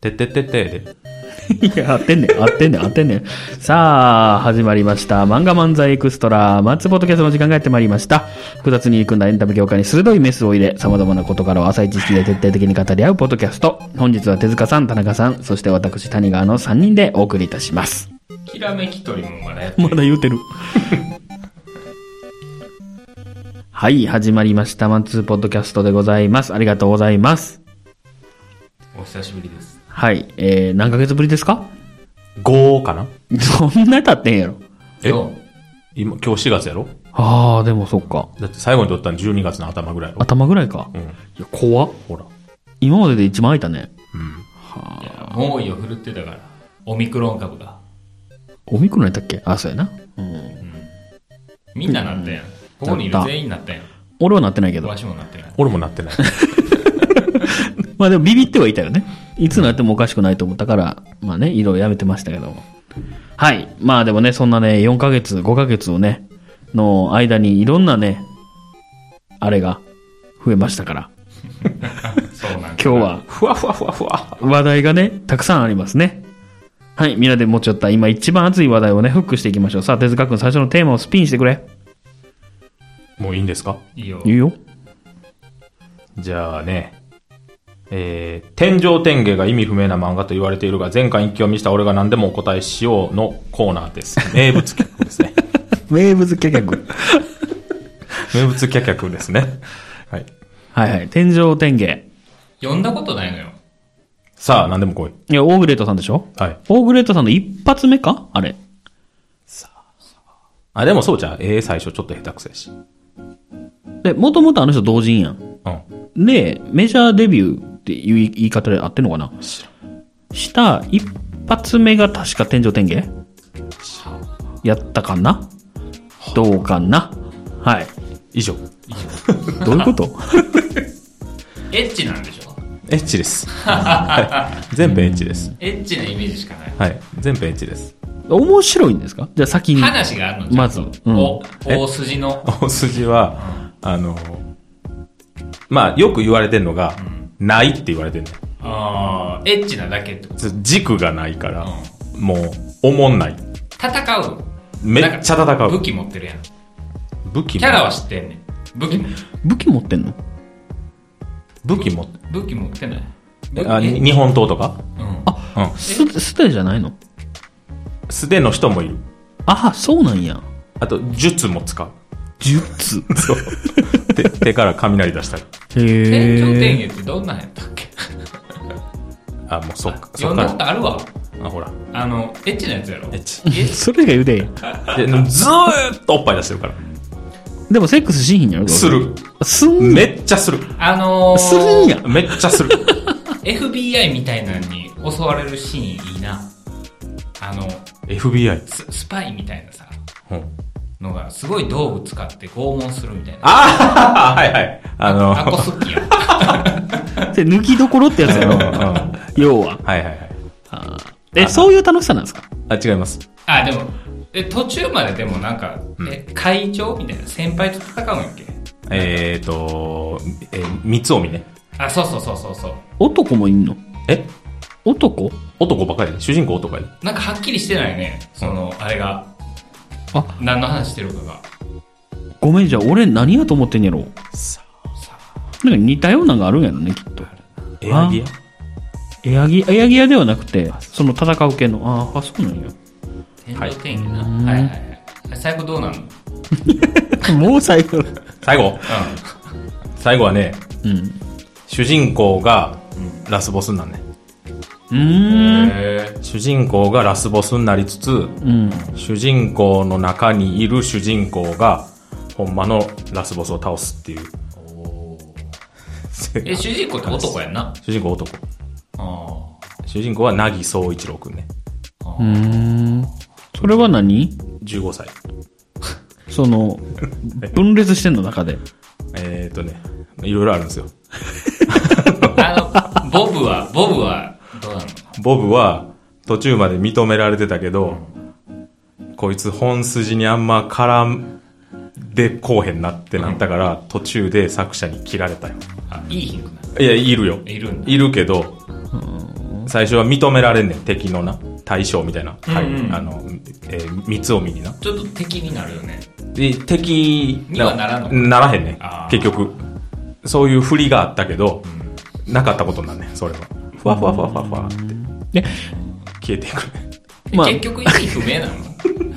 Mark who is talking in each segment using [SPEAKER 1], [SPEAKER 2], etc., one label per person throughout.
[SPEAKER 1] てってってってで。
[SPEAKER 2] いや、合ってんねん、合ってんねん、合ってんねん。さあ、始まりました。漫画漫才エクストラ、松本キャスの時間がやってまいりました。複雑に入り組んだエンタメ業界に鋭いメスを入れ、様々な事柄を浅い知識で徹底的に語り合うポッドキャスト。本日は手塚さん、田中さん、そして私、谷川の3人でお送りいたします。
[SPEAKER 1] きらめきとりもまだやって
[SPEAKER 2] まだ言うてる。 はい、始まりました。マンツーポッドキャストでございます。ありがとうございます。
[SPEAKER 1] お久しぶりです。
[SPEAKER 2] はい、えー、何ヶ月ぶりです か
[SPEAKER 3] 5かな
[SPEAKER 2] そんな経ってんやろ。
[SPEAKER 3] え
[SPEAKER 1] そう
[SPEAKER 3] 今、今日4月やろ
[SPEAKER 2] ああ、でもそっか。
[SPEAKER 3] だって最後に撮ったの12月の頭ぐらいやろ
[SPEAKER 2] 頭ぐらいか。
[SPEAKER 3] うん。
[SPEAKER 2] いや、怖っ
[SPEAKER 3] ほら。
[SPEAKER 2] 今までで一番空いたね。
[SPEAKER 3] うん。
[SPEAKER 1] いや猛威を振るってたから。オミクロン株が。
[SPEAKER 2] オミクロンやったっけあ、そうやな。うん。
[SPEAKER 1] みんななったやん。ここにいる
[SPEAKER 2] なった
[SPEAKER 1] 全員なったやん。
[SPEAKER 2] 俺はなってないけど
[SPEAKER 1] わ。しもなったやん。
[SPEAKER 3] 俺もなってない。
[SPEAKER 2] まあでもビビってはいたよね。いつなってもおかしくないと思ったから、まあね、いろいろやめてましたけども。はい。まあでもね、そんなね、4ヶ月、5ヶ月をね、の間にいろんなね、あれが増えましたから、
[SPEAKER 1] そうな
[SPEAKER 2] 今
[SPEAKER 1] ん
[SPEAKER 2] 日は
[SPEAKER 3] ふわふわふわふわ。
[SPEAKER 2] 話題がね、たくさんありますね。はい。みんなで持ち寄った今一番熱い話題をね、フックしていきましょう。さあ、手塚くん最初のテーマをスピンしてくれ。
[SPEAKER 3] もういいんですか
[SPEAKER 1] いいよ。
[SPEAKER 2] 言うよ。
[SPEAKER 3] じゃあね。えー、天上天下が意味不明な漫画と言われているが、前回一気を見した俺が何でもお答えしようのコーナーです。 名物企画ですね。
[SPEAKER 2] 名物企画。
[SPEAKER 3] 名物企画ですね。はい。
[SPEAKER 2] はいはい。天井天下。
[SPEAKER 1] 呼んだことないのよ。
[SPEAKER 3] さあ、何でも来い。
[SPEAKER 2] いや、オーグレートさんでしょ
[SPEAKER 3] はい。
[SPEAKER 2] オーグレートさんの一発目かあれ。
[SPEAKER 3] あ、でもそうじゃん。ええ最初ちょっと下手くそやし。
[SPEAKER 2] で、もともとあの人同人やん。
[SPEAKER 3] うん。
[SPEAKER 2] で、メジャーデビューっていう言い方で合ってんのかな
[SPEAKER 3] 知ら
[SPEAKER 2] した一発目が確か天井天下やったかなどうかなはい。
[SPEAKER 3] 以上。
[SPEAKER 2] どういうこと
[SPEAKER 1] エッチなんでしょ
[SPEAKER 3] エッチです。はい全編エッチです。
[SPEAKER 1] エッチなイメージしかない。
[SPEAKER 3] はい。全編エッチです。
[SPEAKER 2] 面白いんですかじゃあ先に。
[SPEAKER 1] 話があるの
[SPEAKER 2] まず
[SPEAKER 1] ちゃんと
[SPEAKER 2] うん
[SPEAKER 1] お大筋の。
[SPEAKER 3] 大筋は、あの、まあ、よく言われてんのが、ないって言われてんの。
[SPEAKER 1] あーエッチなだけってこと。
[SPEAKER 3] ず軸がないから、もう、おもんない。
[SPEAKER 1] 戦う
[SPEAKER 3] めっちゃ戦う
[SPEAKER 1] なんか武器持ってるやん。
[SPEAKER 3] 武器
[SPEAKER 1] キャラは知ってんねん。武器も
[SPEAKER 2] 武器持ってんの
[SPEAKER 3] 武器も、
[SPEAKER 1] 武器持ってない。
[SPEAKER 3] あ
[SPEAKER 1] え
[SPEAKER 3] に日本刀とか、
[SPEAKER 1] うん。
[SPEAKER 3] うん。
[SPEAKER 2] す、すてじゃないの
[SPEAKER 3] 素手の人もいる。
[SPEAKER 2] あ、そうなんや。
[SPEAKER 3] あと、術も使う。
[SPEAKER 2] 術。
[SPEAKER 3] そう。手手から雷出したり。
[SPEAKER 2] へ
[SPEAKER 1] 天井
[SPEAKER 2] え。
[SPEAKER 1] 天下ってどんなんやったっけ
[SPEAKER 3] あ、もうそっか、そっ
[SPEAKER 1] 呼ん
[SPEAKER 3] か
[SPEAKER 1] だこと
[SPEAKER 3] ら。
[SPEAKER 1] あるわ。
[SPEAKER 3] あ、ほら。
[SPEAKER 1] あの、エッチなやつやろ
[SPEAKER 3] エッチ。
[SPEAKER 1] え
[SPEAKER 2] それが言うで。
[SPEAKER 3] で、ずーっとおっぱい出してるから。
[SPEAKER 2] でもセックスしひんやろどうせ
[SPEAKER 3] する。
[SPEAKER 2] すん
[SPEAKER 3] めっちゃする。
[SPEAKER 1] あのー、
[SPEAKER 2] するんや。
[SPEAKER 3] めっちゃする。
[SPEAKER 1] FBI みたいなのに襲われるシーンいいな。あの、
[SPEAKER 3] FBI。
[SPEAKER 1] ススパイみたいなさ、
[SPEAKER 3] うん
[SPEAKER 1] のがすごい道具使って拷問するみたいな。
[SPEAKER 3] ああ、はいはい。あの、
[SPEAKER 1] あこ好きや。
[SPEAKER 2] で抜きどころってやつ
[SPEAKER 3] う
[SPEAKER 2] や
[SPEAKER 3] んう
[SPEAKER 2] ろ。
[SPEAKER 3] んはい
[SPEAKER 2] 要は。
[SPEAKER 3] はいはい。
[SPEAKER 2] え、そういう楽しさなんですか
[SPEAKER 3] あ、違います。
[SPEAKER 1] あ、でも、え、途中まででもなんか、え、会長みたいな先輩と戦うんやっけ
[SPEAKER 3] えーと、えー、三つね。
[SPEAKER 1] あ、そうそうそうそうそう。
[SPEAKER 2] 男もいんの
[SPEAKER 3] え
[SPEAKER 2] 男
[SPEAKER 3] 男ばかりで主人公男やで。
[SPEAKER 1] なんかはっきりしてないね。その、あれが。
[SPEAKER 2] あ
[SPEAKER 1] 何の話してるかが。
[SPEAKER 2] ごめんじゃあ俺何やと思ってんやろ
[SPEAKER 1] さ
[SPEAKER 2] なんか似たようなのがあるんやろねきっと
[SPEAKER 3] エアギア
[SPEAKER 2] エアギエアギアではなくてその戦う系のあーあそうなんや
[SPEAKER 1] 天井天気な。はいはいはい。最後どうなのうん。
[SPEAKER 2] もう最後
[SPEAKER 3] 最後最後はね、
[SPEAKER 2] うん
[SPEAKER 3] 主人公がラスボスになんね。
[SPEAKER 2] うーん
[SPEAKER 1] へ
[SPEAKER 3] 主人公がラスボスになりつつ、
[SPEAKER 2] うん
[SPEAKER 3] 主人公の中にいる主人公が、ほんまのラスボスを倒すっていう。
[SPEAKER 1] ええ、主人公って男やんな。
[SPEAKER 3] 主人公男。
[SPEAKER 1] あ
[SPEAKER 3] 主人公はなぎそういちろうくんね。
[SPEAKER 2] うーんそれは何
[SPEAKER 3] 15歳。
[SPEAKER 2] その分裂してんの中で
[SPEAKER 3] えーとね、いろいろあるんですよ。
[SPEAKER 1] あの、ボブは、ボブは、どうなの
[SPEAKER 3] ボブは途中まで認められてたけど、こいつ本筋にあんま絡んでこうへんなってなったから、途中で作者に切られたよ。
[SPEAKER 1] あ、いいヒントなの
[SPEAKER 3] いや、いるよ。
[SPEAKER 1] いるんだ
[SPEAKER 3] いるけど、最初は認められんねん敵のな大将みたいな、はい
[SPEAKER 1] うんうん
[SPEAKER 3] あの、えー三つを見にな
[SPEAKER 1] ちょっと敵になるよね。
[SPEAKER 3] で敵
[SPEAKER 1] にはならんの
[SPEAKER 3] ならへんねん
[SPEAKER 1] あー
[SPEAKER 3] 結局そういう振りがあったけど、なかったことになんねんそれはふわふわふわふわふわって
[SPEAKER 2] ね
[SPEAKER 3] 消えていく
[SPEAKER 1] え
[SPEAKER 2] まあ
[SPEAKER 1] 結局意味不 明なの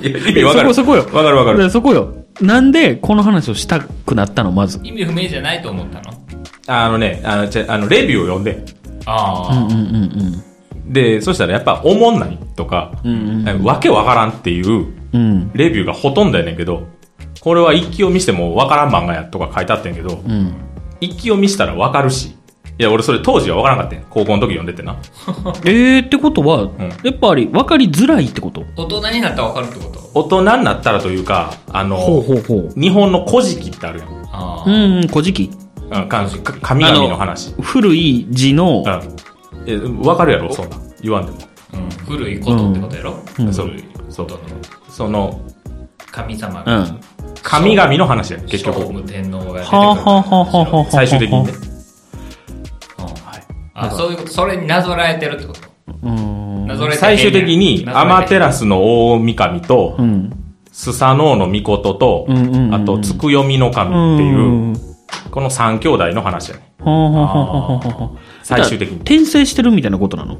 [SPEAKER 3] いや意味わかる
[SPEAKER 2] そこそこよ
[SPEAKER 3] わかるわか
[SPEAKER 2] だから
[SPEAKER 3] る
[SPEAKER 2] そこよ。なんで、この話をしたくなったの、まず。
[SPEAKER 1] 意味不明じゃないと思ったの
[SPEAKER 3] あのねあのちゃあのレビューを読んで
[SPEAKER 1] ああ、
[SPEAKER 2] うんうんうん
[SPEAKER 3] でそしたらやっぱおもんないとか、
[SPEAKER 2] ん
[SPEAKER 3] わけわからんっていう
[SPEAKER 2] うん。うん。
[SPEAKER 3] レビューがほとんどやねんけどこれは一気を見してもわからん漫画やとか書いてあってんけど、
[SPEAKER 2] うん。
[SPEAKER 3] 一気を見したらわかるしいや俺それ当時はわからんかったん高校の時読んでてな
[SPEAKER 2] えー、ってことは、
[SPEAKER 3] ん
[SPEAKER 2] やっぱり分かりづらいってこと
[SPEAKER 1] 大人になったらわかるってこと
[SPEAKER 3] 大人になったらというかあの
[SPEAKER 2] ほうほうほう。
[SPEAKER 3] 日本の古事記ってあるやん
[SPEAKER 1] あ
[SPEAKER 2] う
[SPEAKER 1] あ、
[SPEAKER 2] ん、古事記。
[SPEAKER 3] あかか神々の話
[SPEAKER 2] 古い字の、
[SPEAKER 3] うんえわかるやろそんなん言わんでも、
[SPEAKER 1] うん、古いことってことやろ、
[SPEAKER 2] うん
[SPEAKER 3] そう
[SPEAKER 1] 古い
[SPEAKER 3] そう
[SPEAKER 1] ことの
[SPEAKER 3] その
[SPEAKER 1] 神様
[SPEAKER 2] うん。
[SPEAKER 1] が、
[SPEAKER 2] は
[SPEAKER 3] 神々の話やねん結
[SPEAKER 1] 聖
[SPEAKER 3] 局
[SPEAKER 1] 武天皇が出てくる
[SPEAKER 2] あはあはあはあはあ。
[SPEAKER 3] 最終的にね。はい
[SPEAKER 1] あそういうことそれになぞらえてるってこと
[SPEAKER 2] うん。
[SPEAKER 1] なぞらえて
[SPEAKER 3] 最終的に
[SPEAKER 1] なぞら
[SPEAKER 3] 天
[SPEAKER 1] えて
[SPEAKER 3] 照の大神と、
[SPEAKER 2] うん。
[SPEAKER 3] スサノオの御事と、
[SPEAKER 2] うんうんうんうん
[SPEAKER 3] あと、つくよみの
[SPEAKER 2] う
[SPEAKER 3] 神
[SPEAKER 2] ん。
[SPEAKER 3] っていう、
[SPEAKER 2] うん。
[SPEAKER 3] この三兄弟の話やね。
[SPEAKER 2] はあはあはあはあはあ
[SPEAKER 3] 最終的に
[SPEAKER 2] だから転生してるみたいなことなのっ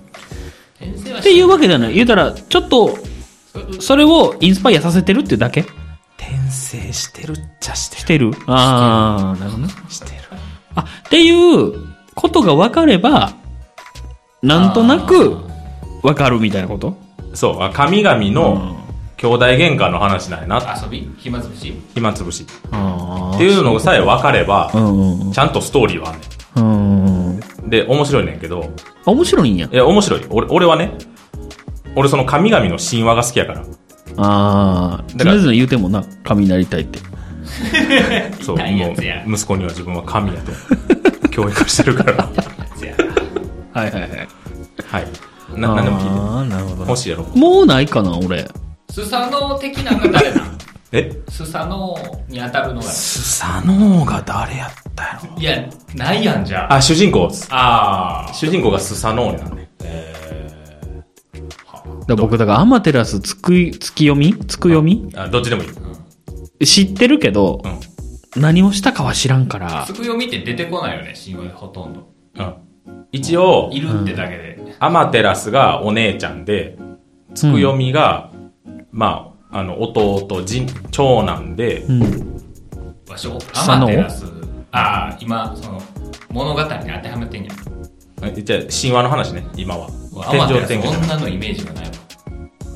[SPEAKER 1] 転生はして
[SPEAKER 2] いうわけじゃない。言うたら、ちょっと、
[SPEAKER 1] そういうこと
[SPEAKER 2] それをインスパイアさせてるっていうだけ
[SPEAKER 3] 転生してるっちゃして
[SPEAKER 2] してる。ああ、なるほどね。
[SPEAKER 3] る。してる。
[SPEAKER 2] あ、っていうことが分かれば、なんとなく分かるみたいなこと
[SPEAKER 3] そう、あ神々の兄弟喧嘩の話なんやな。
[SPEAKER 1] 遊び暇つぶし
[SPEAKER 3] 暇つぶし。っ
[SPEAKER 2] あ
[SPEAKER 3] ていうのさえ分かれば
[SPEAKER 2] う、んうん
[SPEAKER 3] ちゃんとストーリーはあんね
[SPEAKER 2] うん。うん。
[SPEAKER 3] ん。で、面白いねんけど、
[SPEAKER 2] あ面白いんや
[SPEAKER 3] い。や、面白い。俺俺はね、俺その神々の神話が好きやから。
[SPEAKER 2] ああ、
[SPEAKER 3] だ
[SPEAKER 2] と
[SPEAKER 3] か
[SPEAKER 2] りあ
[SPEAKER 3] ら
[SPEAKER 2] えず言うてもな、神になりたいって。
[SPEAKER 3] そう、
[SPEAKER 1] 痛い
[SPEAKER 3] も
[SPEAKER 1] や
[SPEAKER 3] う
[SPEAKER 1] つや、
[SPEAKER 3] 息子には自分は神やと、 教育してるから。
[SPEAKER 1] じゃ
[SPEAKER 2] はいはいはい。
[SPEAKER 3] はい。な、何でも聞いて。
[SPEAKER 2] ああ、なるほど
[SPEAKER 3] も。しやろう。
[SPEAKER 2] もうないかな、俺。
[SPEAKER 1] あスサノオ的なんが誰なん
[SPEAKER 3] え
[SPEAKER 1] スサノオに当たるのが
[SPEAKER 3] スサノオが誰やったやろ
[SPEAKER 1] いやないやんじゃあ
[SPEAKER 3] あ、主人公っす。
[SPEAKER 1] あ
[SPEAKER 3] 主人公がスサノオなんね。
[SPEAKER 2] だから僕、だから、アマテラスつくい、つき読みつく読み
[SPEAKER 3] あ、どっちでもいい。
[SPEAKER 2] 知ってるけど
[SPEAKER 3] う、ん。
[SPEAKER 2] 何をしたかは知らんから
[SPEAKER 1] あ。つくよみって出てこないよね神話でほとんど
[SPEAKER 3] うん。一応
[SPEAKER 1] い、るってだけで、
[SPEAKER 3] アマテラスがお姉ちゃんで、つくよみが、まあ、あの、弟、じん長男で、
[SPEAKER 2] うん。
[SPEAKER 1] 場所
[SPEAKER 2] サ
[SPEAKER 1] ア
[SPEAKER 2] ノオ
[SPEAKER 1] マテラスああ今その物語に当てはめてんやん
[SPEAKER 3] えじゃあ神話の話ね、今は。
[SPEAKER 1] アマテラス
[SPEAKER 3] 天上天下。
[SPEAKER 1] 女のイメージがないわ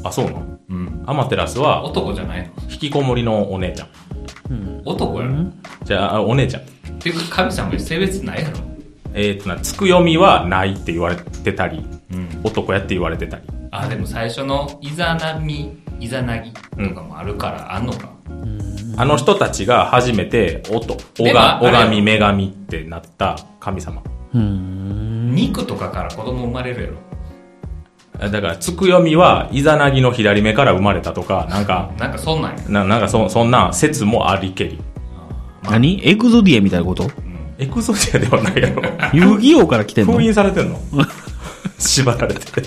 [SPEAKER 3] あ、そうなの
[SPEAKER 1] うん
[SPEAKER 3] アマテラスは、
[SPEAKER 1] 男じゃない
[SPEAKER 3] 引きこもりのお姉ちゃん。
[SPEAKER 1] の男やろ、
[SPEAKER 3] じゃあ、あお姉ちゃん。
[SPEAKER 1] っていうか神様に性別ないやろ
[SPEAKER 3] えー、とな、つくよみはないって言われてたり、
[SPEAKER 1] うん
[SPEAKER 3] 男やって言われてたり。
[SPEAKER 1] あでも最初のイザナミイザナギとかもあるからあんのか、
[SPEAKER 3] あの人たちが初めて、おと、お
[SPEAKER 1] で
[SPEAKER 3] が、
[SPEAKER 1] は
[SPEAKER 3] おがみ、
[SPEAKER 1] あ
[SPEAKER 3] 女神ってなった神様。
[SPEAKER 2] うん。
[SPEAKER 1] 肉とかから子供生まれるやろ
[SPEAKER 3] あだから、つくよみは、イザナギの左目から生まれたとか、なんか、
[SPEAKER 1] なんかそんなんや、
[SPEAKER 3] ななんかそ、そんな説もありけり。
[SPEAKER 2] 何エクゾディアみたいなこと
[SPEAKER 1] うん、
[SPEAKER 3] エクゾチアではないやろ。
[SPEAKER 2] 遊戯王から来てんの
[SPEAKER 3] 封印され てんの縛られてて。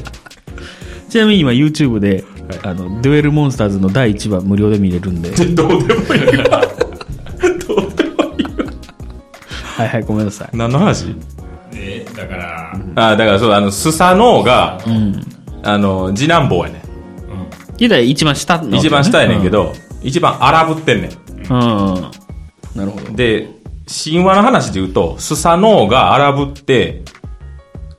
[SPEAKER 2] ちなみに今 YouTube で、
[SPEAKER 3] はい
[SPEAKER 2] あの、デュエルモンスターズの第1話無料で見れるんで。
[SPEAKER 3] どうでもいいな。どうでもいい
[SPEAKER 2] はいはい、ごめんなさい。
[SPEAKER 3] 何の話
[SPEAKER 1] でだから、
[SPEAKER 3] あ、だからそう、あの、スサノオが、
[SPEAKER 2] うん。
[SPEAKER 3] あの、次男坊やね。
[SPEAKER 2] 現在一番下の、
[SPEAKER 3] 一番下やねんけ。ど、一番荒ぶってんねん。
[SPEAKER 2] うん。なるほど。
[SPEAKER 3] で、神話の話で言うと、スサノオが荒ぶって、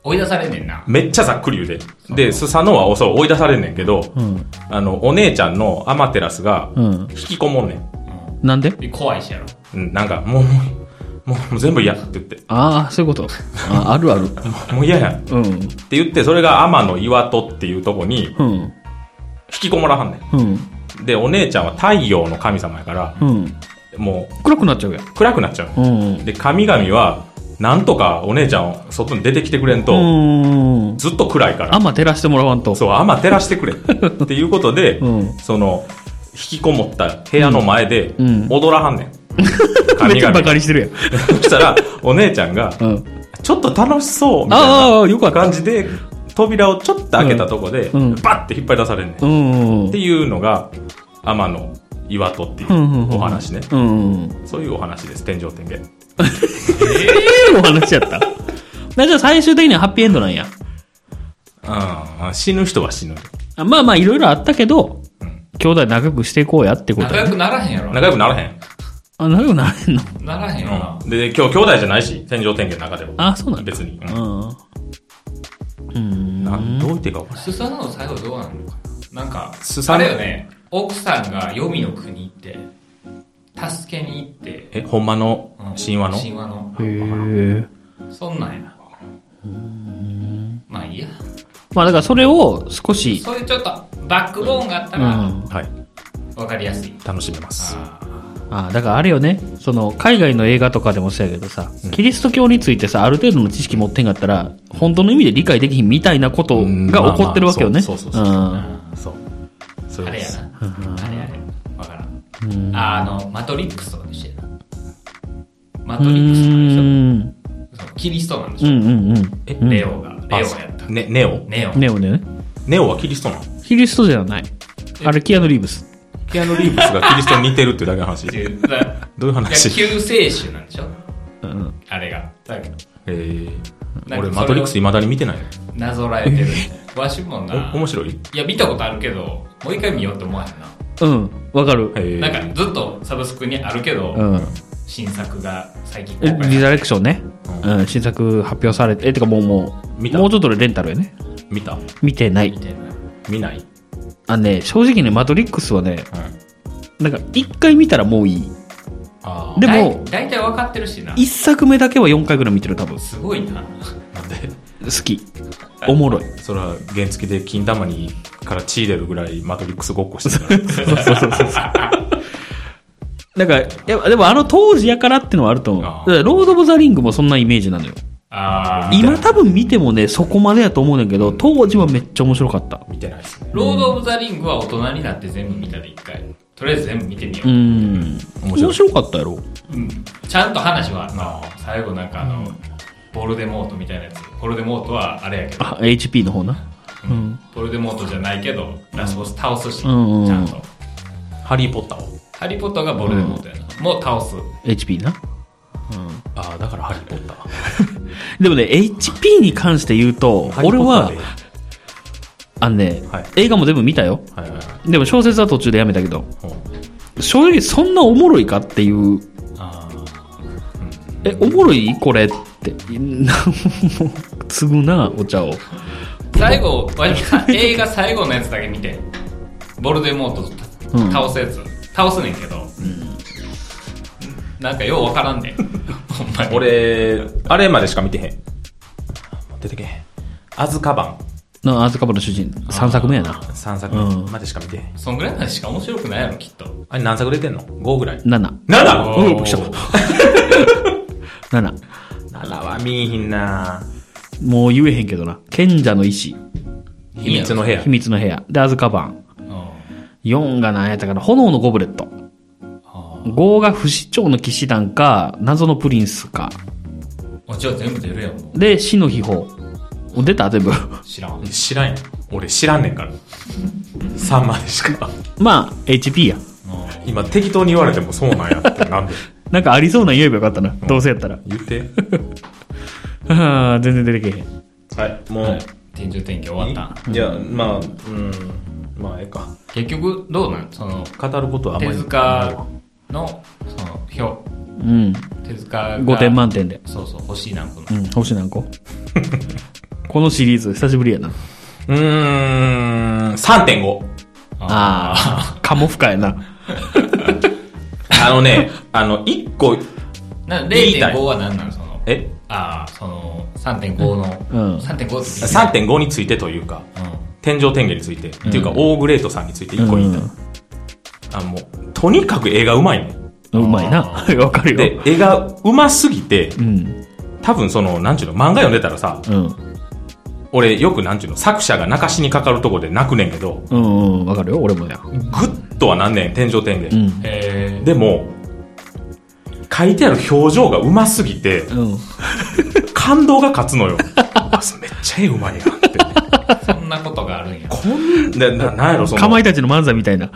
[SPEAKER 1] 追い出されんねんな
[SPEAKER 3] めっちゃざっくり言うで。で、スサノオはそう追い出されんねんけど、
[SPEAKER 2] うん。
[SPEAKER 3] あの、お姉ちゃんのアマテラスが、
[SPEAKER 2] うん
[SPEAKER 3] 引。きこもんねん。
[SPEAKER 2] なんで
[SPEAKER 1] で怖いしやろ
[SPEAKER 3] うん、なんか、もう、もう、もうもう全部嫌って言って、
[SPEAKER 2] ああ、そういうこと。ああるある。
[SPEAKER 3] もう嫌やんっ
[SPEAKER 2] うん。
[SPEAKER 3] て言って、それが天の岩戸っていうとこに、引
[SPEAKER 2] うん。
[SPEAKER 3] きこもらはんね
[SPEAKER 2] うん。
[SPEAKER 3] ん。で、お姉ちゃんは太陽の神様やから、
[SPEAKER 2] うん。
[SPEAKER 3] も
[SPEAKER 2] 暗くなっちゃうやん。
[SPEAKER 3] う、暗くなっちゃう。
[SPEAKER 2] うん。
[SPEAKER 3] で、神々は、なんとかお姉ちゃんを外に出てきてくれんと、
[SPEAKER 2] うん。
[SPEAKER 3] ずっと暗いから
[SPEAKER 2] あん。ま照らしてもらわんと。
[SPEAKER 3] そう、雨照らしてくれ。っていうことで、
[SPEAKER 2] うん
[SPEAKER 3] その、引きこもった部屋の前で
[SPEAKER 2] うんうん、
[SPEAKER 3] 踊らは んねん。
[SPEAKER 2] めっ
[SPEAKER 3] 神
[SPEAKER 2] ちゃ
[SPEAKER 3] 々
[SPEAKER 2] バカにしてる
[SPEAKER 3] そしたら、お姉ちゃんが、
[SPEAKER 2] やん。うん。
[SPEAKER 3] ちょっと楽しそう、みたい
[SPEAKER 2] ああ、よか
[SPEAKER 3] な
[SPEAKER 2] った。
[SPEAKER 3] 感じで、扉をちょっと開けたとこで、
[SPEAKER 2] うんうん
[SPEAKER 3] バッて引っ張り出されんねん、
[SPEAKER 2] う
[SPEAKER 3] っ
[SPEAKER 2] ん
[SPEAKER 3] ていうのが天野岩戸ってい
[SPEAKER 2] うんうんうん
[SPEAKER 3] うお話ね、
[SPEAKER 2] うん。
[SPEAKER 3] そういうお話です天井天元
[SPEAKER 2] ええお話やった。なじゃあ最終的にはハッピーエンドなんや。
[SPEAKER 3] うん死ぬ人は死ぬ
[SPEAKER 2] あまあまあいろいろあったけど、
[SPEAKER 3] うん
[SPEAKER 2] 兄弟仲良くしていこうやってこと
[SPEAKER 1] 仲
[SPEAKER 2] や
[SPEAKER 1] 良くならへんやろ。
[SPEAKER 3] 仲良くならへん、
[SPEAKER 2] あ、仲良くなれんの
[SPEAKER 1] ならへんよな。
[SPEAKER 3] うん、で今日兄弟じゃないし天井天元の中でも
[SPEAKER 2] あ、そうなんだ。
[SPEAKER 3] 別に、うん
[SPEAKER 2] うん。
[SPEAKER 3] な
[SPEAKER 2] うん。
[SPEAKER 3] どう言っていいか分から
[SPEAKER 1] スサノオ最後どうなるのかななんか、
[SPEAKER 3] スサ
[SPEAKER 1] あ
[SPEAKER 3] ノオ
[SPEAKER 1] れよね、奥さんが黄泉の国行って、助けに行って、
[SPEAKER 3] へんえほんまの
[SPEAKER 1] うん
[SPEAKER 3] 神話の、
[SPEAKER 1] 神話の。
[SPEAKER 2] へえ。
[SPEAKER 1] そんなんやな。まあいいや。
[SPEAKER 2] まあだからそれを少し、
[SPEAKER 1] そういうちょっとバックボーンがあった
[SPEAKER 2] うん。
[SPEAKER 1] ら、
[SPEAKER 2] あ
[SPEAKER 3] はい
[SPEAKER 1] わかりやすい。
[SPEAKER 3] 楽しめます
[SPEAKER 1] あー
[SPEAKER 2] だからあれよね、その海外の映画とかでもそうやけどさ、キリスト教についてさ、ある程度の知識持ってんかったら、本当の意味で理解できひんみたいなこと
[SPEAKER 3] うん
[SPEAKER 2] が起こってるわけよね。
[SPEAKER 3] まあまあそうそうそう
[SPEAKER 2] うん
[SPEAKER 3] そうそ
[SPEAKER 1] あ
[SPEAKER 3] れ
[SPEAKER 1] れ
[SPEAKER 3] で
[SPEAKER 1] や
[SPEAKER 3] す
[SPEAKER 1] な。あれあれ。わからん。
[SPEAKER 2] うん
[SPEAKER 1] あの、マトリックスとかにしてるな。マ
[SPEAKER 2] う
[SPEAKER 1] トリックスなんで
[SPEAKER 2] ん。
[SPEAKER 1] しょそのキリストなんでし
[SPEAKER 2] う
[SPEAKER 1] ょ、
[SPEAKER 2] んうんうん。
[SPEAKER 3] え
[SPEAKER 1] レオが、レオやった。
[SPEAKER 3] ねネオ
[SPEAKER 1] ネオ。
[SPEAKER 2] ネオね。
[SPEAKER 3] ネオはキリストなの
[SPEAKER 2] キリストじゃない。あれ、キアヌ・リーブス。
[SPEAKER 3] キアノ・リーブスがキリストに似てるっていうだけの話
[SPEAKER 1] っていうだから
[SPEAKER 3] どういう
[SPEAKER 1] いや
[SPEAKER 3] 話
[SPEAKER 1] 救世主なんでしょ
[SPEAKER 2] うん。
[SPEAKER 1] あれが。だから
[SPEAKER 3] えー
[SPEAKER 1] なんかそれ
[SPEAKER 3] 俺
[SPEAKER 1] を
[SPEAKER 3] マトリックス未だに見てない
[SPEAKER 1] なぞらえてる。わしも
[SPEAKER 3] の
[SPEAKER 1] な
[SPEAKER 3] お。面白い
[SPEAKER 1] いや、見たことあるけど、もう一回見ようって思わへんな。
[SPEAKER 2] うん。わかる。
[SPEAKER 3] えー
[SPEAKER 1] なんかずっとサブスクにあるけど、
[SPEAKER 2] うん。
[SPEAKER 1] 新作が最近公
[SPEAKER 2] え
[SPEAKER 1] 開
[SPEAKER 2] リザレクションね。
[SPEAKER 3] う
[SPEAKER 2] うん。新作発表されて、え、てかもうもう、
[SPEAKER 3] 見た
[SPEAKER 2] もうちょっとでレンタルやね。
[SPEAKER 3] 見た
[SPEAKER 2] 見てない
[SPEAKER 1] み。たいな。
[SPEAKER 3] 見ない
[SPEAKER 2] あのね、正直ね、マトリックスはね、
[SPEAKER 3] うん
[SPEAKER 2] なんか一回見たらもういい。
[SPEAKER 3] あ
[SPEAKER 2] で
[SPEAKER 3] で
[SPEAKER 2] も
[SPEAKER 1] だい大体分かってるしな。
[SPEAKER 2] 一作目だけは4回ぐらい見てる、多分。好
[SPEAKER 1] すごいな。
[SPEAKER 3] なんで
[SPEAKER 2] き。おもろい。
[SPEAKER 3] それは原付で金玉にから血出るぐらいマトリックスごっこして るから
[SPEAKER 2] なんか、やっぱでもあの当時やからってのはあると思う。だ
[SPEAKER 3] あー
[SPEAKER 2] からロード・オブ・ザ・リングもそんなイメージなのよ。
[SPEAKER 1] あー
[SPEAKER 2] 今多分見てもね、そこまでやと思うねんけど、当時はめっちゃ面白かった。
[SPEAKER 3] 見てないですね
[SPEAKER 1] ロード・オブ・ザ・リングは大人になって全部見たで一回。とりあえず全部見てみよ
[SPEAKER 2] う
[SPEAKER 1] う。
[SPEAKER 2] ん。
[SPEAKER 3] 面白い
[SPEAKER 2] 面白かったやろ。
[SPEAKER 1] うんちゃんと話は
[SPEAKER 3] あー
[SPEAKER 1] 最後なんかあの、ボルデモートみたいなやつ。ボルデモートはあれやけど、
[SPEAKER 2] あ、HP の方な。うん。
[SPEAKER 1] ボルデモートじゃないけど、ラスボス倒すし、ちゃ
[SPEAKER 2] うんうん
[SPEAKER 1] んと。
[SPEAKER 3] ハリー・ポッターを
[SPEAKER 1] ハリー・ポッターがボルデモートやな。もう倒す。
[SPEAKER 2] HP な。
[SPEAKER 3] ああだからハリー・ポッター
[SPEAKER 2] でもね、HP に関して言うと、俺は
[SPEAKER 3] ハリーポッ、
[SPEAKER 2] あのね、
[SPEAKER 3] はい
[SPEAKER 2] 映画も全部見たよ。
[SPEAKER 3] ターではいはいはい
[SPEAKER 2] でも小説は途中でやめたけど、
[SPEAKER 3] ほう
[SPEAKER 2] 正直そんなおもろいかっていう、
[SPEAKER 3] あー
[SPEAKER 2] え、おもろいこれって、なんも継ぐな、お茶を。
[SPEAKER 1] 最後、わしは映画最後のやつだけ見て。ボルデモートと
[SPEAKER 2] うん
[SPEAKER 1] 倒すやつ。倒すねんけど。なんかようわからんねん。ほんまに。
[SPEAKER 3] 俺あれまでしか見てへん出てけへんアズカバ
[SPEAKER 2] な、アズカバの主人、3作目やな
[SPEAKER 3] ン。3作
[SPEAKER 2] うん
[SPEAKER 3] 目までしか見てへん
[SPEAKER 1] そんぐらいまでしか面白くないやろ、きっと。
[SPEAKER 3] あれ何作出てんの ?5 ぐらい
[SPEAKER 2] 7。
[SPEAKER 3] 7!
[SPEAKER 2] うん、びっくりした。7。
[SPEAKER 3] 7は見えひんな
[SPEAKER 2] もう言えへんけどな。賢者の石、
[SPEAKER 3] 秘密の部屋
[SPEAKER 2] 秘密の部屋、で、アズカバン。
[SPEAKER 1] うん
[SPEAKER 2] 4が何やったかな炎のゴブレット。5が不死鳥の騎士団か、謎のプリンスか。
[SPEAKER 1] あ、じゃあ全部出るやん、も
[SPEAKER 2] で、死の秘宝。出た全部。
[SPEAKER 1] う。知らん。
[SPEAKER 3] 知らんやん俺知らんねんから3までしか
[SPEAKER 2] まあ、HP や。
[SPEAKER 3] 今適当に言われてもそうなんやってなんで
[SPEAKER 2] なんかありそうなん言えばよかったな。どうせやったら。
[SPEAKER 3] 言って
[SPEAKER 2] はあ全然出てけへん。
[SPEAKER 3] はいもう、
[SPEAKER 1] 天井天気終わった。
[SPEAKER 3] いやまあうんまあええか
[SPEAKER 1] 結局、どうなんその、
[SPEAKER 3] 語ることはあんま
[SPEAKER 1] 手
[SPEAKER 3] り
[SPEAKER 1] 塚の、その、評。
[SPEAKER 2] うん。
[SPEAKER 1] 手塚が。
[SPEAKER 2] 5点満点で。
[SPEAKER 1] そうそう、欲しいな、この
[SPEAKER 2] う。ん、星何個 このシリーズ、久しぶりやな。
[SPEAKER 3] うーん3.5
[SPEAKER 2] ああ、カモフカやな。
[SPEAKER 3] あのね あの1個
[SPEAKER 1] な
[SPEAKER 3] 言いたい
[SPEAKER 1] 0.5は何なのその
[SPEAKER 3] え
[SPEAKER 1] ああその3.5の、
[SPEAKER 2] うん
[SPEAKER 1] 3.5って言って
[SPEAKER 3] 3.5についてというか
[SPEAKER 1] うん
[SPEAKER 3] 天井天下について、っていうかオーグレートさんについて1個言いたい、
[SPEAKER 2] うん
[SPEAKER 3] あのもうとにかく絵がうまいね
[SPEAKER 2] うまいな。 わかる
[SPEAKER 3] で
[SPEAKER 2] よ。
[SPEAKER 3] 絵がうますぎて
[SPEAKER 2] うん。
[SPEAKER 3] 多分そのなんちゅうの漫画読んでたらさ
[SPEAKER 2] うん。
[SPEAKER 3] 俺よくなんちゅうの作者が泣かしにかかるとこで泣くねんけど
[SPEAKER 2] うん、うん、わかるよ。俺もや。
[SPEAKER 3] グッとはなんねん天井天下、
[SPEAKER 2] うん。
[SPEAKER 1] え
[SPEAKER 3] でも書いてある表情がうますぎて
[SPEAKER 2] うん。
[SPEAKER 3] 感動が勝つのよあめっちゃ絵うまいやんって
[SPEAKER 1] そんなことがあるんや。
[SPEAKER 3] こんな、な、なんやろ、その。
[SPEAKER 2] かまいたちの漫才みたいな。
[SPEAKER 3] い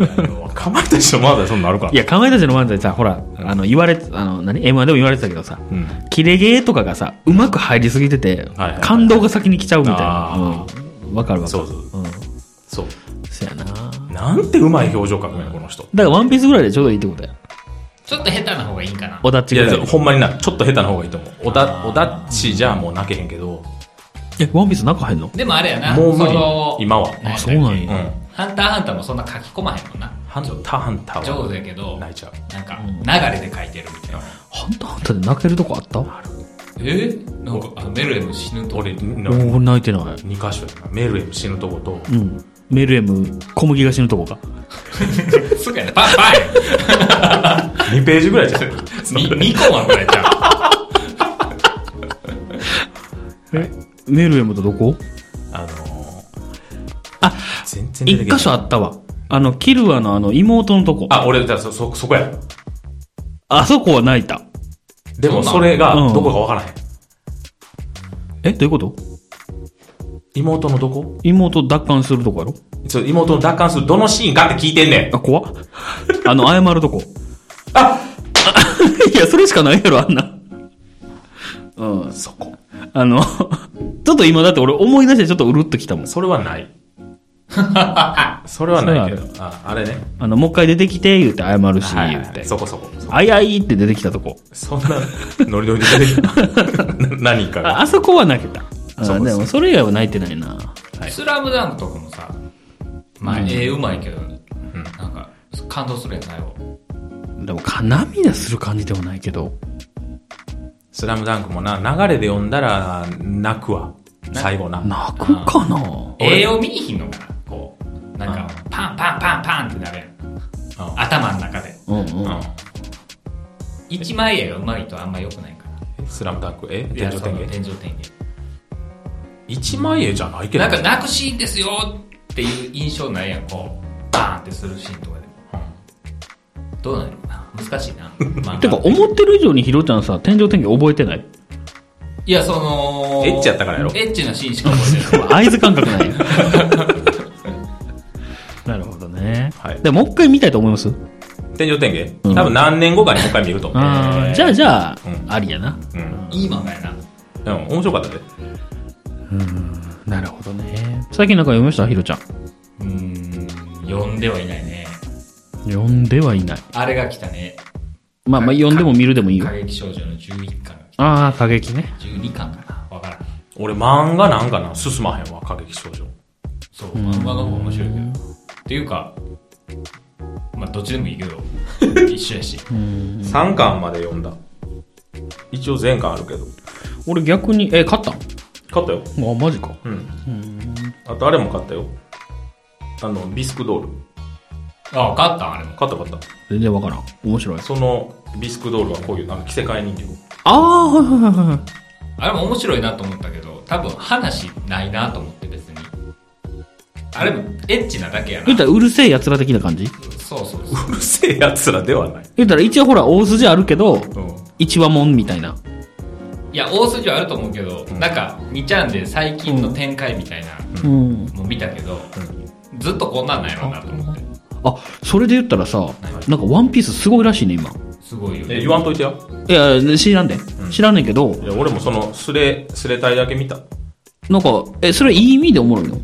[SPEAKER 3] やいやかまいたちのまだそんなのあるか
[SPEAKER 2] い。や、かまいたちの漫才さ、ほら、あの、言われ、あの、何 ?M1 でも言われてたけどさ、
[SPEAKER 3] うん。
[SPEAKER 2] キレゲーとかがさ、うまく入りすぎてて
[SPEAKER 3] はいはい、
[SPEAKER 2] 感動が先に来ちゃうみたいな。
[SPEAKER 3] あ
[SPEAKER 2] うん
[SPEAKER 3] ー
[SPEAKER 2] わ、かるわか
[SPEAKER 3] そ
[SPEAKER 2] る。
[SPEAKER 3] うそう。
[SPEAKER 2] うん。
[SPEAKER 3] そう。
[SPEAKER 2] そやなだ
[SPEAKER 3] なんてうまい表情描くんや、この人。
[SPEAKER 2] から、ワンピースぐらいでちょうどいいってことや。
[SPEAKER 1] ちょっと下手な方がいいんかな。
[SPEAKER 2] おだっ
[SPEAKER 3] い
[SPEAKER 2] ちぐ
[SPEAKER 3] や
[SPEAKER 2] らい、で。
[SPEAKER 3] ほんまにな、ちょっと下手な方がいいと思う。おだ、おだっちじゃもう泣けへんけど、
[SPEAKER 2] え、ワンピース中入んの
[SPEAKER 1] でもあれやな、
[SPEAKER 3] もう無理
[SPEAKER 1] その
[SPEAKER 3] 今は
[SPEAKER 1] やったっけ
[SPEAKER 2] そうなん
[SPEAKER 3] う
[SPEAKER 2] や
[SPEAKER 3] ん。
[SPEAKER 1] ハンターハンターもそんな書き込まへんもんな。
[SPEAKER 3] ハンターハンター
[SPEAKER 1] 上
[SPEAKER 3] は
[SPEAKER 1] 手やけど、
[SPEAKER 3] 泣いちゃう。
[SPEAKER 1] なんか、流れで書いてるみたいな。
[SPEAKER 2] ハンターハンターで泣けるとこあった
[SPEAKER 1] えなんか、あのメルエム死ぬとこ
[SPEAKER 3] 俺、
[SPEAKER 2] もう
[SPEAKER 3] 2
[SPEAKER 2] 俺泣いてない。
[SPEAKER 3] 箇所やな。メールへの死ぬとこと、
[SPEAKER 2] うん。メルエム、小麦が死ぬとこか。
[SPEAKER 1] すぐやね、パンパンや
[SPEAKER 3] 2ページぐらいじゃん。
[SPEAKER 1] 2個はこれじゃん。
[SPEAKER 2] えメルエムとどこ
[SPEAKER 3] あのー、
[SPEAKER 2] あ、
[SPEAKER 3] 全然出て
[SPEAKER 2] 一
[SPEAKER 3] けない
[SPEAKER 2] 箇所あったわ。あの、キルアのあの、妹のとこ。あ、
[SPEAKER 3] あ、俺、だからそ、そ、そこや。
[SPEAKER 2] そこは泣いた。
[SPEAKER 3] でも、それが
[SPEAKER 2] うん、
[SPEAKER 3] どこかわからへん。
[SPEAKER 2] え、どういうこと
[SPEAKER 3] 妹のどこ
[SPEAKER 2] 妹奪還するとこやろ
[SPEAKER 3] ちょ妹の奪還するどのシーンかって聞いてんねん。
[SPEAKER 2] あ、怖っあの、謝るとこ。あ いや、それしかないやろ、あんな。うん。
[SPEAKER 3] そこ。
[SPEAKER 2] あの、ちょっと今だって俺思い出してちょっとうるっときたもん。
[SPEAKER 3] それは ない。それはないけど
[SPEAKER 2] そ。
[SPEAKER 3] あ、あれね。
[SPEAKER 2] あの、もう一回出てきて、言うて謝るし、
[SPEAKER 3] はい
[SPEAKER 2] 言
[SPEAKER 3] は
[SPEAKER 2] う
[SPEAKER 3] い
[SPEAKER 2] て。
[SPEAKER 3] そこそこ。
[SPEAKER 2] あいあいって出てきたとこ。
[SPEAKER 3] そんな、ノリノリで出てきた。 な何か
[SPEAKER 2] あ、
[SPEAKER 3] が。
[SPEAKER 2] あそこは泣けた。あ
[SPEAKER 3] そうで
[SPEAKER 2] ですもそれ以外は泣いてないな。はい。
[SPEAKER 1] スラムダンクとかもさ、まあ、
[SPEAKER 2] うん
[SPEAKER 1] 絵うまいけど、なんか、感動するやん、最後。
[SPEAKER 2] でもか、涙する感じでもないけど。
[SPEAKER 3] スラムダンクもな、流れで読んだら、泣くわ。最後な。
[SPEAKER 2] 泣くかな
[SPEAKER 1] 栄養見にひんのかなこう。なんか、パンパンパンパンってなるやん。
[SPEAKER 3] うん
[SPEAKER 1] 頭の中で。
[SPEAKER 2] うん
[SPEAKER 3] う
[SPEAKER 2] うんん。
[SPEAKER 1] 一枚絵がうまいとあんま良くないか
[SPEAKER 3] え
[SPEAKER 1] ら。
[SPEAKER 3] スラムダンク、え
[SPEAKER 1] い
[SPEAKER 3] 天
[SPEAKER 1] や
[SPEAKER 3] 井
[SPEAKER 1] その
[SPEAKER 3] 天
[SPEAKER 1] 天
[SPEAKER 3] 下
[SPEAKER 1] 井天下。
[SPEAKER 3] 一枚絵じゃないけど。
[SPEAKER 1] なんか泣くシーンですよっていう印象ないやん、こう、バーンってするシーンとかでも。どうなるのかな難しいな。漫
[SPEAKER 2] てか、
[SPEAKER 1] 画
[SPEAKER 2] 思ってる以上にひろちゃんさ、天井天気覚えてない
[SPEAKER 1] いや、その、
[SPEAKER 3] エッチやったからやろ
[SPEAKER 1] エッチなシーンしか覚えてない。
[SPEAKER 2] 合図感覚 ない。なるほどね。
[SPEAKER 3] はい
[SPEAKER 2] でも、もう一回見たいと思います
[SPEAKER 3] 天井天
[SPEAKER 2] う
[SPEAKER 3] 下
[SPEAKER 2] ん
[SPEAKER 3] 多分何年後かにもう一回見ると思う。
[SPEAKER 2] あーじゃあ、じゃあ
[SPEAKER 3] う、ん
[SPEAKER 2] ありやな。
[SPEAKER 3] うん。
[SPEAKER 1] いい漫画やな。
[SPEAKER 3] うん、面白かったで。
[SPEAKER 2] なるほどね。最近なんか読みましたひろちゃん。
[SPEAKER 1] うーん、読んではいないね。
[SPEAKER 2] 読んではいない。
[SPEAKER 1] あれが来たね。
[SPEAKER 2] まあ、まあ、読んでも見るでもいいよ
[SPEAKER 1] 過。激少女の11巻が来
[SPEAKER 2] ああ、過激ね。
[SPEAKER 1] た。12巻かなわからん。
[SPEAKER 3] 俺漫画なんかな、進まへんわ、過激少女。
[SPEAKER 1] そう、漫画の方が面白いけど。っていうか、まあ、どっちでもいい けど、一緒やし。
[SPEAKER 3] 3巻まで読んだ。一応全巻あるけど。
[SPEAKER 2] 俺逆に、え、勝ったん
[SPEAKER 3] 買ったよ。
[SPEAKER 2] あ、マジか。
[SPEAKER 3] うん。あとあれも買ったよ。あの、ビスクドール。
[SPEAKER 1] あ、勝ったんあれも。
[SPEAKER 3] 買った買った。
[SPEAKER 2] 全然わからん。面白い。
[SPEAKER 3] そのビスクドールはこういう、なんか着せ替え人
[SPEAKER 2] ああ、はいはいはいはい。
[SPEAKER 1] あれも面白いなと思ったけど、多分話ないなと思って別に。あれもエッチなだけや
[SPEAKER 2] 言
[SPEAKER 1] な
[SPEAKER 2] っ。たらうるせえ奴ら的な感じ
[SPEAKER 1] そうそうそう。
[SPEAKER 3] 形。うるせえ奴らではない。
[SPEAKER 2] 言ったら一応ほら、大筋あるけど、
[SPEAKER 3] うん。
[SPEAKER 2] 一話もんみたいな。
[SPEAKER 1] いや、大筋はあると思うけど、
[SPEAKER 3] ん
[SPEAKER 1] なんか、2ちゃんで最近の展開みたいな
[SPEAKER 2] うん。
[SPEAKER 1] の見たけど、ずっとこんなんないわなと思って。
[SPEAKER 2] あ、それで言ったらさ、なんかワンピースすごいらしいね、今。
[SPEAKER 1] すごいよ
[SPEAKER 3] え、
[SPEAKER 1] ね
[SPEAKER 3] 言。わんといてや。
[SPEAKER 2] いや、知らんで。知らんねんけど
[SPEAKER 3] い、や、俺もその、スレ、スレ隊だけ見た。
[SPEAKER 2] なんか、え、それいい意味でおもろいの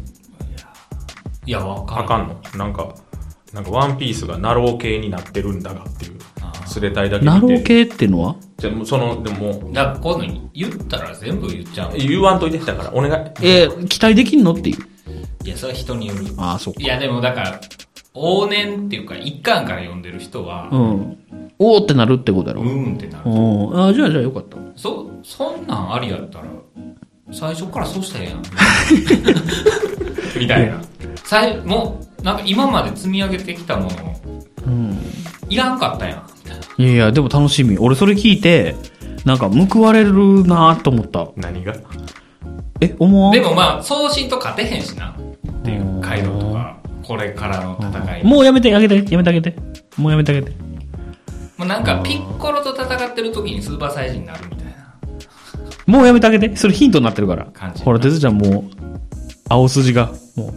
[SPEAKER 1] いや、わか
[SPEAKER 3] あ
[SPEAKER 1] ん
[SPEAKER 3] かんの。なんか、なんかワンピースがナロー系になってるんだがっていう。スレ隊だけ見
[SPEAKER 2] ナ
[SPEAKER 3] て。
[SPEAKER 2] ロー系ってのは
[SPEAKER 3] じゃあもうその、でももう、
[SPEAKER 1] だから、こういうの言ったら全部言っちゃう。い
[SPEAKER 3] 言わんといてだから、お願い。
[SPEAKER 2] えー、期待できんのっていう。
[SPEAKER 1] や、それは人による。
[SPEAKER 2] ああ、そっか
[SPEAKER 1] い。や、でもだから、往年っていうか、1巻から読んでる人は
[SPEAKER 2] う、ん。おーってなるってことだ
[SPEAKER 1] う
[SPEAKER 2] ろ。うん
[SPEAKER 1] ってなる。
[SPEAKER 2] ん。あーじゃあじゃあよかった。
[SPEAKER 1] そ、そんなんありやったら、最初からそうしたらええ やん。みたいな。最、もう、なんか今まで積み上げてきたもの、いらんかったやん。みたいない
[SPEAKER 2] やいや、でも楽しみ。俺それ聞いて、なんか報われるなーと思った。
[SPEAKER 3] 何が
[SPEAKER 2] え、思わん
[SPEAKER 1] でもまあ、送信と勝てへんしな。っていう、カイロとか、これからの戦い。も
[SPEAKER 2] もうやめてあげて、やめてあげて。もうやめてあげて。
[SPEAKER 1] うなんか、ピッコロと戦ってる時にスーパーサイジになるみたいな。
[SPEAKER 2] もうやめてあげて。それヒントになってるから
[SPEAKER 1] 感。じ
[SPEAKER 2] ほら、てつちゃんもう、青筋が、も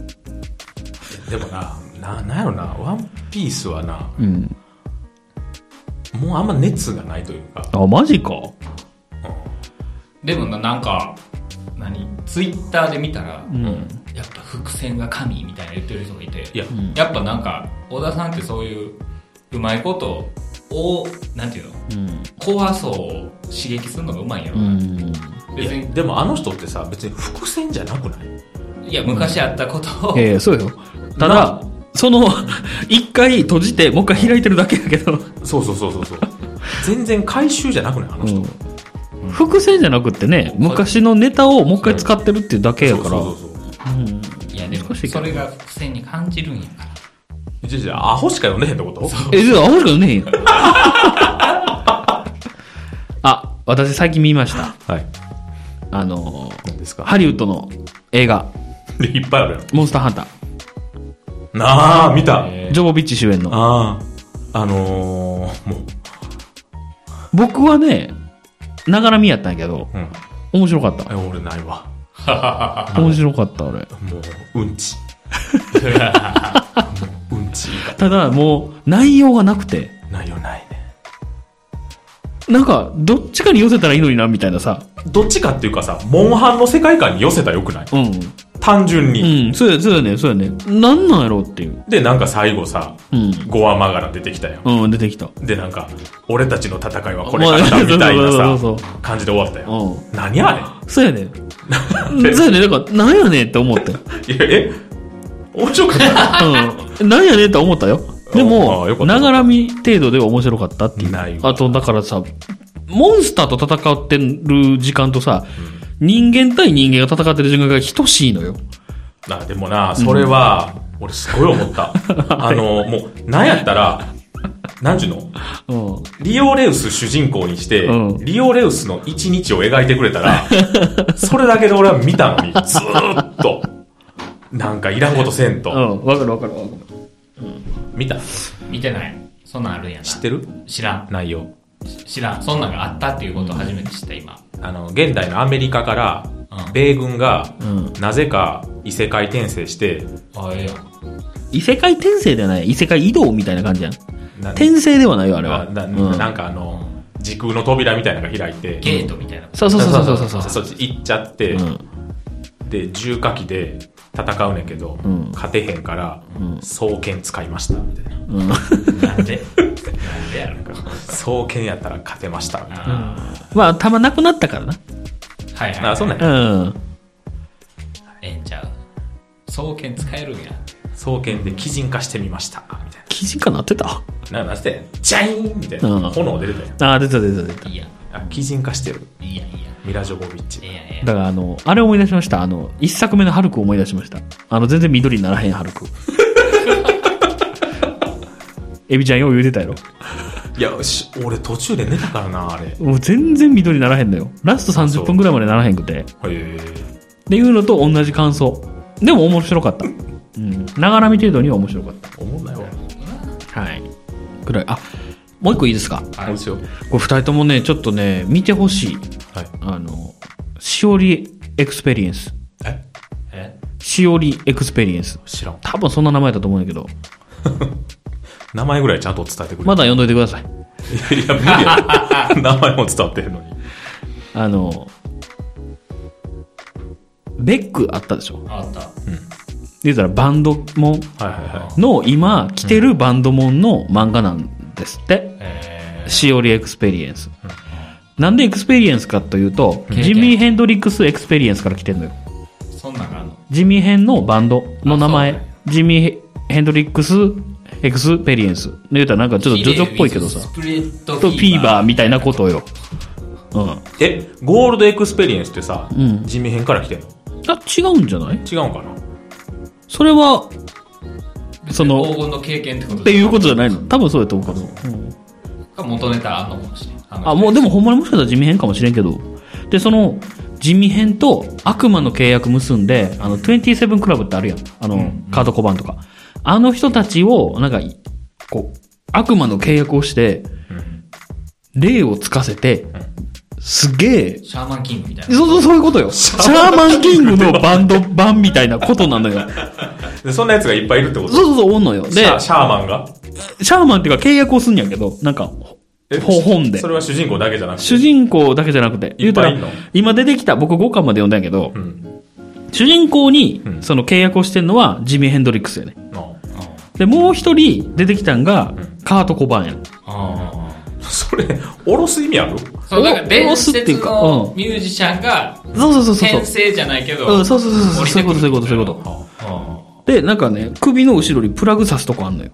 [SPEAKER 3] でもな、な、なんやろな、ワンピースはな、
[SPEAKER 2] う。うん。
[SPEAKER 3] もうあんま熱がないというか、
[SPEAKER 2] あ、マジか。
[SPEAKER 1] でもななんか何ツイッターで見たら、
[SPEAKER 2] うん。
[SPEAKER 1] やっぱ伏線が神みたいな言ってる人がいて
[SPEAKER 3] いや、
[SPEAKER 1] やっぱなんか小田さんってそういううまいことをなんていうの
[SPEAKER 2] うん。
[SPEAKER 1] 怖そうを刺激するのがうまいんやろ
[SPEAKER 2] う
[SPEAKER 1] な、
[SPEAKER 2] ん。
[SPEAKER 1] 別に
[SPEAKER 3] でもあの人ってさ、別に伏線じゃなくない
[SPEAKER 1] いや昔あったことを、
[SPEAKER 2] ええそうよ。ただ、その、 一回閉じて、もう一回開いてるだけやけど、
[SPEAKER 3] そうそうそうそうそう。全然回収じゃなくないあの人。
[SPEAKER 2] うん伏線じゃなくってね、昔のネタをもう一回使ってるっていうだけやから。
[SPEAKER 3] そうそうそうそう。
[SPEAKER 2] うん
[SPEAKER 1] いやでも
[SPEAKER 2] 難しいけど
[SPEAKER 1] それが伏線に感じるんやから
[SPEAKER 3] じゃあじゃあアホしか読んでへんってこと
[SPEAKER 2] え、じゃあ、アホしかねえよ。 あ、私最近見ました。
[SPEAKER 3] はい。
[SPEAKER 2] あの、
[SPEAKER 3] 何ですか
[SPEAKER 2] ハリウッドの映画、
[SPEAKER 3] いっぱいあるや
[SPEAKER 2] モンスターハンター。
[SPEAKER 3] ん。なあ、見た。
[SPEAKER 1] え
[SPEAKER 2] ジョボビッチ主演の。
[SPEAKER 3] ああ、あのー、もう、
[SPEAKER 2] 僕はね、ながら見やったんやけど、
[SPEAKER 3] うん。
[SPEAKER 2] 面白かっ
[SPEAKER 3] え俺ないわ。
[SPEAKER 2] た。面白かった、あれ。
[SPEAKER 3] もう、うんち。もううんち。
[SPEAKER 2] ただ、もう、内容がなくて、
[SPEAKER 3] ないよ、ないね。
[SPEAKER 2] なんか、どっちかに寄せたらいいのにな、みたいなさ。
[SPEAKER 3] どっちかっていうかさ、モンハンの世界観に寄せたらよくない
[SPEAKER 2] うん。
[SPEAKER 3] 単純
[SPEAKER 2] う
[SPEAKER 3] に。
[SPEAKER 2] ん、そうや、そうやね、そうやね。なんなんやろうっていう。
[SPEAKER 3] で、なんか最後さ、
[SPEAKER 2] うん。
[SPEAKER 3] 5話マガラ出てきたよ。
[SPEAKER 2] うん、出てきた。
[SPEAKER 3] で、なんか、俺たちの戦いはこれから
[SPEAKER 2] まあ
[SPEAKER 3] だみたいな
[SPEAKER 2] そう
[SPEAKER 3] さ
[SPEAKER 2] そうそうそ、
[SPEAKER 3] 感じで終わったよ。
[SPEAKER 2] うん。
[SPEAKER 3] 何あ
[SPEAKER 2] そうや ね。
[SPEAKER 3] で
[SPEAKER 2] そうやね。だから、なんやねんって思ったよ。
[SPEAKER 3] れ いや、え面白か った
[SPEAKER 2] うん。なんやねんって思った よ。で
[SPEAKER 3] ああよか
[SPEAKER 2] も、
[SPEAKER 3] った
[SPEAKER 2] ながら見程度では面白かったっていう。
[SPEAKER 3] ないわ
[SPEAKER 2] あと、だからさ、モンスターと戦ってる時間とさ、人間対人間が戦ってる時間が等しいのよ。
[SPEAKER 3] なでもな、それは、俺すごい思っ た。あの、もう、なんやったら、なんちゅうの
[SPEAKER 2] うん。
[SPEAKER 3] リオレウス主人公にして、
[SPEAKER 2] うん
[SPEAKER 3] リオレウスの一日を描いてくれた ら、それだけで俺は見たのに、ずーっ と、なんかいらんことせん
[SPEAKER 2] う
[SPEAKER 3] と。
[SPEAKER 2] ん。わかるわかるわかる。
[SPEAKER 3] 見た
[SPEAKER 1] 見てないそんなんあるんやな
[SPEAKER 3] 知ってる
[SPEAKER 1] 知らん
[SPEAKER 3] 内容。
[SPEAKER 1] 知らんそんなんがあったっていうことを初めて知った今
[SPEAKER 3] あの、現代のアメリカから
[SPEAKER 1] う、ん
[SPEAKER 3] 米軍が
[SPEAKER 2] ん、
[SPEAKER 3] なぜか異世界転生して、
[SPEAKER 1] あええやん
[SPEAKER 2] 異世界転生ではない。異世界移動みたいな感じやん。
[SPEAKER 3] な
[SPEAKER 2] 転生ではないよ、あれは。
[SPEAKER 3] あ
[SPEAKER 2] う
[SPEAKER 3] ななん
[SPEAKER 2] ん
[SPEAKER 3] なんかあの、時空の扉みたいなのが開いて、
[SPEAKER 1] ゲートみたいな
[SPEAKER 2] そうそうそうそうそうそう。
[SPEAKER 3] そっち行っちゃって、で、重火器で戦うねんけど、
[SPEAKER 2] ん
[SPEAKER 3] 勝てへんから、双剣使いました、みたいな。
[SPEAKER 2] うん。うん。
[SPEAKER 1] なんでなんでやろ
[SPEAKER 3] 双剣やったら勝てました、みたいな。
[SPEAKER 1] あ
[SPEAKER 2] まあ、たまなくなったから
[SPEAKER 1] ーはいはい
[SPEAKER 3] あ、そんなんや。
[SPEAKER 2] な。うん。
[SPEAKER 1] ええんちゃう双剣使えるんや
[SPEAKER 3] 双剣で擬人化してみました、みたい
[SPEAKER 2] 記事かなってた
[SPEAKER 3] な。な、なんして、ジャイーンみたい
[SPEAKER 2] うん
[SPEAKER 3] な。炎出てたやん。
[SPEAKER 2] ああ、出た出た出た。
[SPEAKER 1] いいやん
[SPEAKER 3] あ、擬人化してる。
[SPEAKER 1] いいやんいいやん
[SPEAKER 3] ミラジョボビッチ
[SPEAKER 1] え。えやんええやん
[SPEAKER 2] だからあの、あれ思い出しました。あの、一作目のハルクを思い出しました。あの、全然緑にならへんハルク。 エビちゃんよう言うてたやろ。
[SPEAKER 3] いや、し俺途中で寝たからな、あれ。へ
[SPEAKER 2] もう全然緑にならへんのよ。ラスト30分ぐらいまでならへんくて。
[SPEAKER 3] え。
[SPEAKER 2] っていうのと同じ感想。でも面白かった。うん。ながら見程度には面白かっ
[SPEAKER 3] 思んないわ。
[SPEAKER 2] た。はい。ぐらい。あ、もう一個いいですか
[SPEAKER 1] はい
[SPEAKER 3] そうですよ。
[SPEAKER 2] これ二人ともね、ちょっとね、見てほしい。
[SPEAKER 3] はい。
[SPEAKER 2] あの、しおりエクスペリエンス。
[SPEAKER 3] え
[SPEAKER 1] え
[SPEAKER 2] しおりエクスペリエンス。
[SPEAKER 3] 知らん。
[SPEAKER 2] 多分そんな名前だと思うんだけど、
[SPEAKER 3] 名前ぐらいちゃんと伝えてくれ。
[SPEAKER 2] まだ読んどいてください。
[SPEAKER 3] いや、無理や。名前も伝わってへんのに。
[SPEAKER 2] あの、ベックあったでしょ
[SPEAKER 1] あった
[SPEAKER 2] 言うたらバンドモン
[SPEAKER 3] はいはいは
[SPEAKER 2] の今着てるバンドモンの漫画なんですって。
[SPEAKER 1] え
[SPEAKER 2] しおりエクスペリエンス。なんでエクスペリエンスかというと、ジミー・ヘンドリックス・エクスペリエンスから来てんのよ。
[SPEAKER 1] ーそんなんがあんの
[SPEAKER 2] ジミー・ヘンのバンドの名
[SPEAKER 1] あそう
[SPEAKER 2] 前
[SPEAKER 1] なんや、
[SPEAKER 2] ジミー・ヘンドリックス・エクスペリエンス。言うたらなんかちょっとジョジョっぽいけどさ。
[SPEAKER 1] スプレッド
[SPEAKER 2] と、
[SPEAKER 1] フ
[SPEAKER 2] フ
[SPEAKER 1] ィ
[SPEAKER 2] ィー
[SPEAKER 1] ーバ
[SPEAKER 2] バ
[SPEAKER 1] ー
[SPEAKER 2] ーみたいなことよ。うん。
[SPEAKER 3] い。え、ゴールドエクスペリエンスってさ、地味編から来てんの
[SPEAKER 2] あ、違うんじゃない
[SPEAKER 3] 違うんかな
[SPEAKER 2] それは、その
[SPEAKER 1] 黄金の経験ってこと
[SPEAKER 2] っ
[SPEAKER 1] で
[SPEAKER 2] て
[SPEAKER 1] す
[SPEAKER 2] いうことじゃないの多分そうやと思うけど。
[SPEAKER 1] か元ネタあんのかもしれんあの
[SPEAKER 2] あ、もうでもほんまにもしかしたら地味編かもしれんけど。で、その、地味編と悪魔の契約結んで、あの、27クラブってあるやん。あの、カード小判とか。あの人たちを、なんか、こう、悪魔の契約をして、霊をつかせて、すげえ。
[SPEAKER 1] シャーマンキングみたいな。
[SPEAKER 2] そうそう、そういうことよ。シャーマンキングの バンド版みたいなことなのよ。
[SPEAKER 3] でそんなやつがいっぱいいるってこ
[SPEAKER 2] そう
[SPEAKER 3] と
[SPEAKER 2] そうそう、おんのよ。で、
[SPEAKER 3] シャシャーマンが
[SPEAKER 2] シャーマンっていうか契約をすんやけど、なんか、
[SPEAKER 3] え
[SPEAKER 2] ほ本で
[SPEAKER 3] そ。れは主人公だけじゃなくて。
[SPEAKER 2] 主人公だけじゃなくて、言うた
[SPEAKER 3] いっぱいいん
[SPEAKER 2] ら
[SPEAKER 3] の、
[SPEAKER 2] 今出てきた、僕5巻まで読んだんやけど
[SPEAKER 3] う、ん。
[SPEAKER 2] 主人公に
[SPEAKER 3] う、ん
[SPEAKER 2] その契約をしてんのは、ジミー・ヘンドリックスやね。
[SPEAKER 3] あ
[SPEAKER 2] で、もう一人出てきたんが、カート・コバーンや。
[SPEAKER 1] ああ。
[SPEAKER 3] あそれ、おろす意味ある
[SPEAKER 1] そう、なんか伝
[SPEAKER 2] お下ろすってい
[SPEAKER 1] 説
[SPEAKER 2] うかう
[SPEAKER 1] の
[SPEAKER 2] ん
[SPEAKER 1] ミュージシャンが、
[SPEAKER 2] そうそうそうそうそう
[SPEAKER 1] 転。生じゃないけど、
[SPEAKER 2] うん、そうそうそうそう。
[SPEAKER 1] 降り
[SPEAKER 2] そう
[SPEAKER 1] て
[SPEAKER 2] いう
[SPEAKER 1] く
[SPEAKER 2] こ
[SPEAKER 1] る
[SPEAKER 2] と、そういうこと、そういうこと。
[SPEAKER 3] あ
[SPEAKER 2] で、なんかね、首の後ろにプラグ刺すとこあんのよ。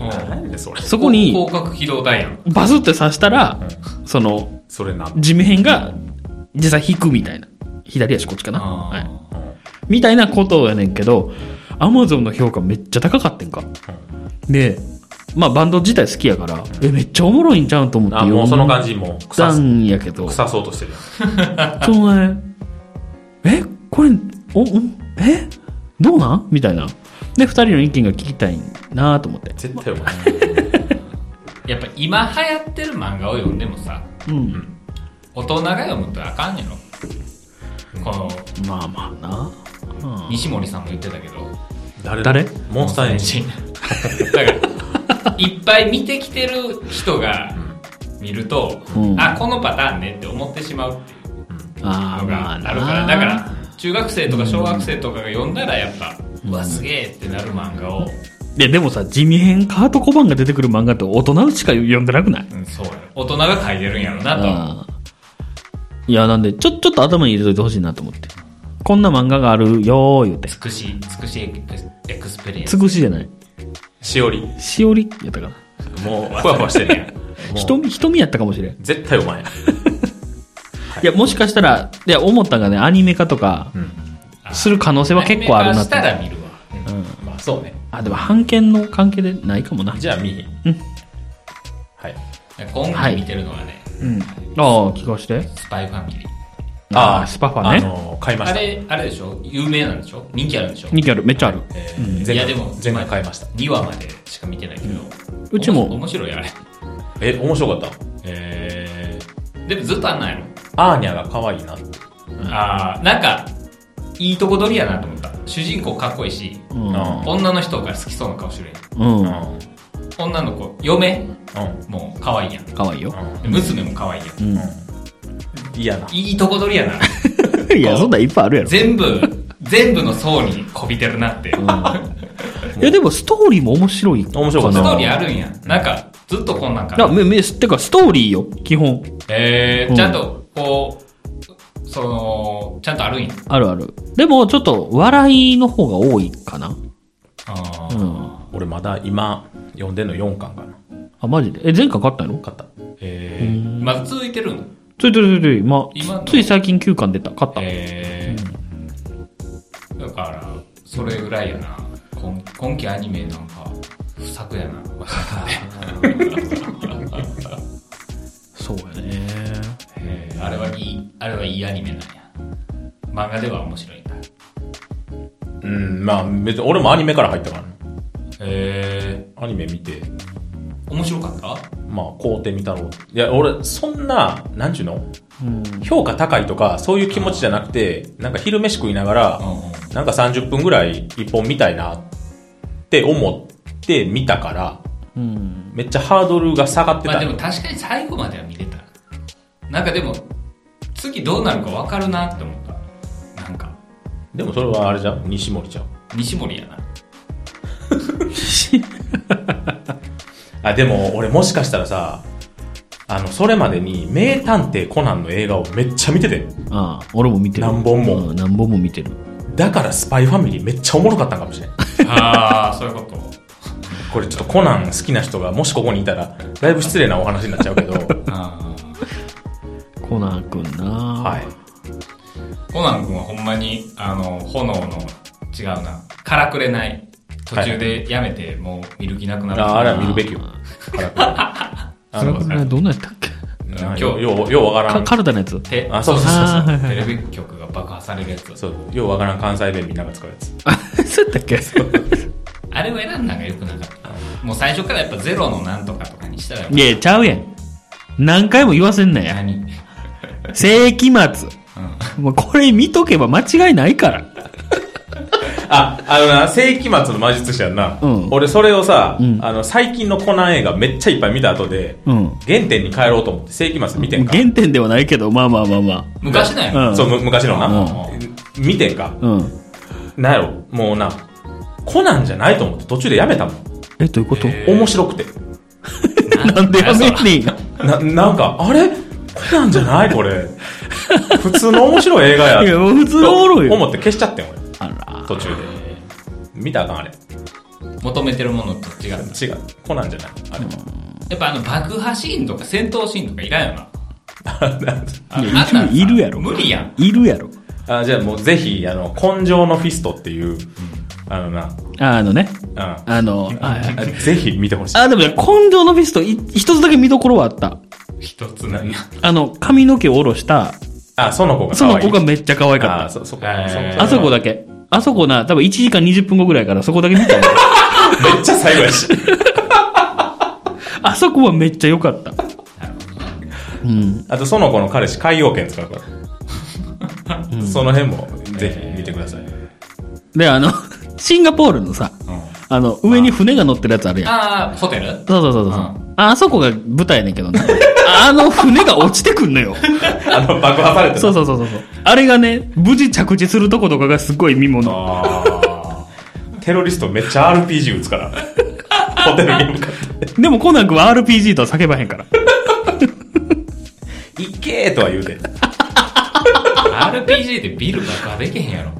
[SPEAKER 1] うん
[SPEAKER 3] 何でそれ。
[SPEAKER 2] そこに、
[SPEAKER 1] 広角機動弾やん。
[SPEAKER 2] バスって刺したら、その、
[SPEAKER 3] それなん
[SPEAKER 2] 地面が、実際引くみたいな。左足こっちかな。
[SPEAKER 1] あ
[SPEAKER 2] はい。
[SPEAKER 1] ー
[SPEAKER 2] みたいなことやねんけど、アマゾンの評価めっちゃ高かってんか。で、まあバンド自体好きやから、え、めっちゃおもろいんちゃうんと思って
[SPEAKER 3] あ、もうその感じ、もう
[SPEAKER 2] 腐
[SPEAKER 3] 腐
[SPEAKER 2] っ
[SPEAKER 3] す
[SPEAKER 2] た、んやけど、
[SPEAKER 3] 腐そうとしてる。
[SPEAKER 2] そのね、え、これ、お、んえ、どうなんみたいな。で、二人の意見が聞きたいなと思って。
[SPEAKER 3] 絶対お前。
[SPEAKER 1] やっぱ今流行ってる漫画を読んでもさ、
[SPEAKER 2] うん。
[SPEAKER 1] 大人が読むとあかんやろ。この、
[SPEAKER 2] まあまあな。うん
[SPEAKER 1] 西森さんも言ってたけど、
[SPEAKER 3] 誰
[SPEAKER 2] 誰
[SPEAKER 3] モンスターエンジン。
[SPEAKER 1] ン。だから、いっぱい見てきてる人が見ると、
[SPEAKER 2] うん
[SPEAKER 1] あ、このパターンねって思ってしまうっていう
[SPEAKER 2] ああ、
[SPEAKER 1] の
[SPEAKER 2] ま
[SPEAKER 1] が
[SPEAKER 2] あ
[SPEAKER 1] ある
[SPEAKER 2] な。
[SPEAKER 1] から、だから、中学生とか小学生とかが読んだらやっぱ、うわ、すげえってなる漫画を、
[SPEAKER 2] いや、でもさ、地味編、カート小判が出てくる漫画って大人しか読んでなくない
[SPEAKER 1] うん、そうよ大人が書いてるんやろなと。
[SPEAKER 2] いや、なんで、ちょ、ちょっと頭に入れといてほしいなと思って。こんな漫画があるよー、言うて。
[SPEAKER 1] つくし、つくしエクエクスペリエン
[SPEAKER 2] つ
[SPEAKER 1] ス。
[SPEAKER 2] ぐしじゃない。
[SPEAKER 3] しおり。
[SPEAKER 2] しおりやったかな。
[SPEAKER 3] もう、ふわふわして るやん。もう
[SPEAKER 2] 瞳、瞳やったかもしれん。い
[SPEAKER 3] 絶対お前や。
[SPEAKER 2] や、もしかしたら、いや、思ったんがね、アニメ化とか、
[SPEAKER 3] うん。
[SPEAKER 2] する可能性は結構あるな
[SPEAKER 1] アニメ化
[SPEAKER 2] っ
[SPEAKER 1] したら
[SPEAKER 2] て。
[SPEAKER 1] 見るわ。
[SPEAKER 3] まあ、そうね。
[SPEAKER 2] あ、でも、版権の関係でないかもな。
[SPEAKER 3] じゃあ、見えへん。
[SPEAKER 2] うん
[SPEAKER 3] はい。
[SPEAKER 1] 今
[SPEAKER 2] はい
[SPEAKER 1] 回見てるのはね、
[SPEAKER 2] うん。ああ、聞かして。
[SPEAKER 1] スパイファミリー。
[SPEAKER 2] あースパファね
[SPEAKER 3] あのー、買いま
[SPEAKER 1] あ
[SPEAKER 3] した。
[SPEAKER 1] れ、あれでしょ有名なんでしょ人気あるんでしょ
[SPEAKER 2] 人気ある、めっちゃある。
[SPEAKER 3] え
[SPEAKER 1] い
[SPEAKER 3] ー全
[SPEAKER 1] や
[SPEAKER 3] 部
[SPEAKER 1] でも、
[SPEAKER 3] 全部買いました。
[SPEAKER 1] 2話までしか見てないけど。
[SPEAKER 2] うちも
[SPEAKER 1] お面白い、あれ。
[SPEAKER 3] え、面白かったえー、
[SPEAKER 1] でもずっとあんなんやろ。
[SPEAKER 3] アーニャが可愛いなって。
[SPEAKER 1] ああ、なんか、いいとこ取りやなと思った。主人公かっこいいし、
[SPEAKER 2] うん。
[SPEAKER 3] あ
[SPEAKER 1] 女の人が好きそうな顔してるやん
[SPEAKER 2] うん。
[SPEAKER 3] う
[SPEAKER 1] 女の子、嫁
[SPEAKER 3] ん。うん。
[SPEAKER 1] も可愛いやん。
[SPEAKER 2] かわいいよ。
[SPEAKER 1] で娘も可愛いやん。
[SPEAKER 2] うん。
[SPEAKER 3] 嫌な。
[SPEAKER 1] いいとこ取りや な。
[SPEAKER 2] いや、そんなんいっぱいあるやろ。
[SPEAKER 1] 全部、全部の層にこびてるなって。
[SPEAKER 2] いや、でも、ストーリーも面白い。
[SPEAKER 3] 面白かっ
[SPEAKER 1] ス
[SPEAKER 3] た
[SPEAKER 1] トーリーあるんや。なんか、ずっとこんなんか
[SPEAKER 2] いや、め、め、てか、ストーリーよ、基本。
[SPEAKER 1] え
[SPEAKER 2] うん
[SPEAKER 1] ー、ちゃんと、こう、その、ちゃんとあるんや。
[SPEAKER 2] あるある。でも、ちょっと、笑いの方が多いかな。
[SPEAKER 1] あ
[SPEAKER 2] う
[SPEAKER 1] ー
[SPEAKER 2] ん。
[SPEAKER 3] 俺まだ今、読んでんの4巻かな。
[SPEAKER 2] あ、マジでえ、前回買ったの
[SPEAKER 3] 買った。
[SPEAKER 1] えー、まだ続いてるん
[SPEAKER 2] ついてるついてる、ま
[SPEAKER 1] 今の
[SPEAKER 2] つい最近9巻出た。買った。
[SPEAKER 1] えー、だから、それぐらいやな。今今期アニメなんか、不作や な。
[SPEAKER 2] そうやね。
[SPEAKER 1] えーあれはいい、あれはいいアニメなんや。漫画では面白いんだ。
[SPEAKER 3] うん、まあ別に俺もアニメから入ったからね。
[SPEAKER 1] え
[SPEAKER 3] アニメ見て、
[SPEAKER 1] ー、面白かった
[SPEAKER 3] まあ、こうてみたろう。いや、俺、そんな、なんちゅうの
[SPEAKER 2] うん。
[SPEAKER 3] 評価高いとか、そういう気持ちじゃなくて、なんか昼飯食いながら
[SPEAKER 1] う、んうん。
[SPEAKER 3] なんか30分ぐらい一本見たいなって思って見たから、
[SPEAKER 2] うん。
[SPEAKER 3] めっちゃハードルが下がって
[SPEAKER 1] まあ
[SPEAKER 3] た
[SPEAKER 1] で
[SPEAKER 3] よ。
[SPEAKER 1] も確かに最後までは見れた。なんかでも、次どうなるか分かるなって思った。なんか、
[SPEAKER 3] でもそれはあれじゃん西森ちゃん。
[SPEAKER 1] 西森やな。
[SPEAKER 3] あ、でも俺もしかしたらさ、あの、それまでに名探偵コナンの映画をめっちゃ見てて。
[SPEAKER 2] ああ、俺も見てる。
[SPEAKER 3] 何本も
[SPEAKER 2] うん何本も見てる。
[SPEAKER 3] だからスパイファミリーめっちゃおもろかったんかもしれん。
[SPEAKER 1] ああ、そういうこと。
[SPEAKER 3] これちょっとコナン好きな人がもしここにいたら、だいぶ失礼なお話になっちゃうけど、
[SPEAKER 1] あ
[SPEAKER 2] コナン君な
[SPEAKER 3] はい。
[SPEAKER 1] ーコナン君はほんまに、あの、炎の、違うな、からくれない。途中でやめて、もう見る気なくなった。
[SPEAKER 3] ああれは見るべきよ。あ
[SPEAKER 2] それこれどんなんやったっけ
[SPEAKER 1] 今
[SPEAKER 3] 今日、
[SPEAKER 1] 日、
[SPEAKER 3] よう、ようわから
[SPEAKER 2] か
[SPEAKER 3] ん。
[SPEAKER 2] カルタのやつ。
[SPEAKER 1] て
[SPEAKER 3] あ、そうそうそうそう。
[SPEAKER 2] あ
[SPEAKER 1] テレビ局が爆破されるやつ。
[SPEAKER 3] そう、ようわからん関西弁みんなが使うやつ。
[SPEAKER 2] ー、そうやったっけ
[SPEAKER 1] あれを選んだのが良くなかった。もう最初からやっぱゼロのなんとかとかにしたらよかっ
[SPEAKER 2] いや、ちゃうやん。何回も言わせんな
[SPEAKER 1] た、
[SPEAKER 2] や。
[SPEAKER 1] 何
[SPEAKER 2] 世紀末。もうこれ見とけば間違いないから。
[SPEAKER 3] あ、あのな、世紀末の魔術師やんな。
[SPEAKER 2] うん
[SPEAKER 3] 俺、それをさ、
[SPEAKER 2] うん
[SPEAKER 3] あの、最近のコナン映画めっちゃいっぱい見た後で、
[SPEAKER 2] うん。
[SPEAKER 3] 原点に帰ろうと思って、世紀末見てんか。
[SPEAKER 2] 原点ではないけど、まあまあまあま
[SPEAKER 1] 昔なん
[SPEAKER 2] う
[SPEAKER 1] や。
[SPEAKER 2] ん
[SPEAKER 3] そう、む昔のな。
[SPEAKER 1] う
[SPEAKER 3] 見てんか。
[SPEAKER 2] あ。うん。
[SPEAKER 3] なんやろ、もうな、コナンじゃないと思って途中でやめたもん。
[SPEAKER 2] え、どういうこと、
[SPEAKER 1] え
[SPEAKER 3] 面白くて。
[SPEAKER 2] なんでやめんねん。
[SPEAKER 3] な、なんか、あれコナンじゃないこれ。普通の面白い映画や。
[SPEAKER 2] いやもう普通のおもろいよ
[SPEAKER 3] と思って消しちゃってん、俺。
[SPEAKER 2] あら。
[SPEAKER 3] 途中で。見たらあかん、あれ。
[SPEAKER 1] 求めてるものと違う。
[SPEAKER 3] 違う。コナンじゃない。あれ。
[SPEAKER 1] やっぱあの爆破シーンとか戦闘シーンとかいらんよな。あ
[SPEAKER 2] いや
[SPEAKER 1] あんなんさ
[SPEAKER 2] いるやろ
[SPEAKER 1] 無理やん。
[SPEAKER 2] いるやろ。
[SPEAKER 3] あじゃあもうぜひ、あの、根性のフィストっていう、あのな、
[SPEAKER 2] ああのね。
[SPEAKER 3] う
[SPEAKER 2] あの、はいはい
[SPEAKER 3] ん。ぜひ見てほしい。
[SPEAKER 2] あ、でもね、根性のビスト、い一つだけ見どころはあった。
[SPEAKER 1] 一つなんや。
[SPEAKER 2] あの、髪の毛を下ろした、
[SPEAKER 3] あ、その子が
[SPEAKER 2] そ
[SPEAKER 3] 可愛
[SPEAKER 2] の
[SPEAKER 3] い。
[SPEAKER 2] 子がめっちゃ可愛か
[SPEAKER 3] あ、
[SPEAKER 2] っ
[SPEAKER 3] そ、そこ、
[SPEAKER 1] えー
[SPEAKER 2] た。あそこだけ。あそこな、多分1時間20分後ぐらいからそこだけ見たよ。
[SPEAKER 3] け。めっちゃ最後やし。
[SPEAKER 2] あそこはめっちゃ良かった。うん。
[SPEAKER 3] あと、その子の彼氏、海洋圏使うから。その辺も、ぜひ見てください。
[SPEAKER 2] で、あの、シンガポールのさ、あの、上に船が乗ってるやつあるやん。
[SPEAKER 1] ああ、ホテル
[SPEAKER 2] そうそうそうそう。
[SPEAKER 1] う
[SPEAKER 2] あ、あそこが舞台やねんけどね。あの船が落ちてくんの よ。
[SPEAKER 3] あの、爆破されてる
[SPEAKER 2] そうそうそうそう。あれがね、無事着地するとことかがすごい見もの。
[SPEAKER 3] あーテロリストめっちゃ RPG 打つから。ホテルに向かっ
[SPEAKER 2] でもコナン君は RPG とは叫ばへんから。
[SPEAKER 3] て。いけーとは言うて。
[SPEAKER 1] RPG でビル爆破できへんやろ。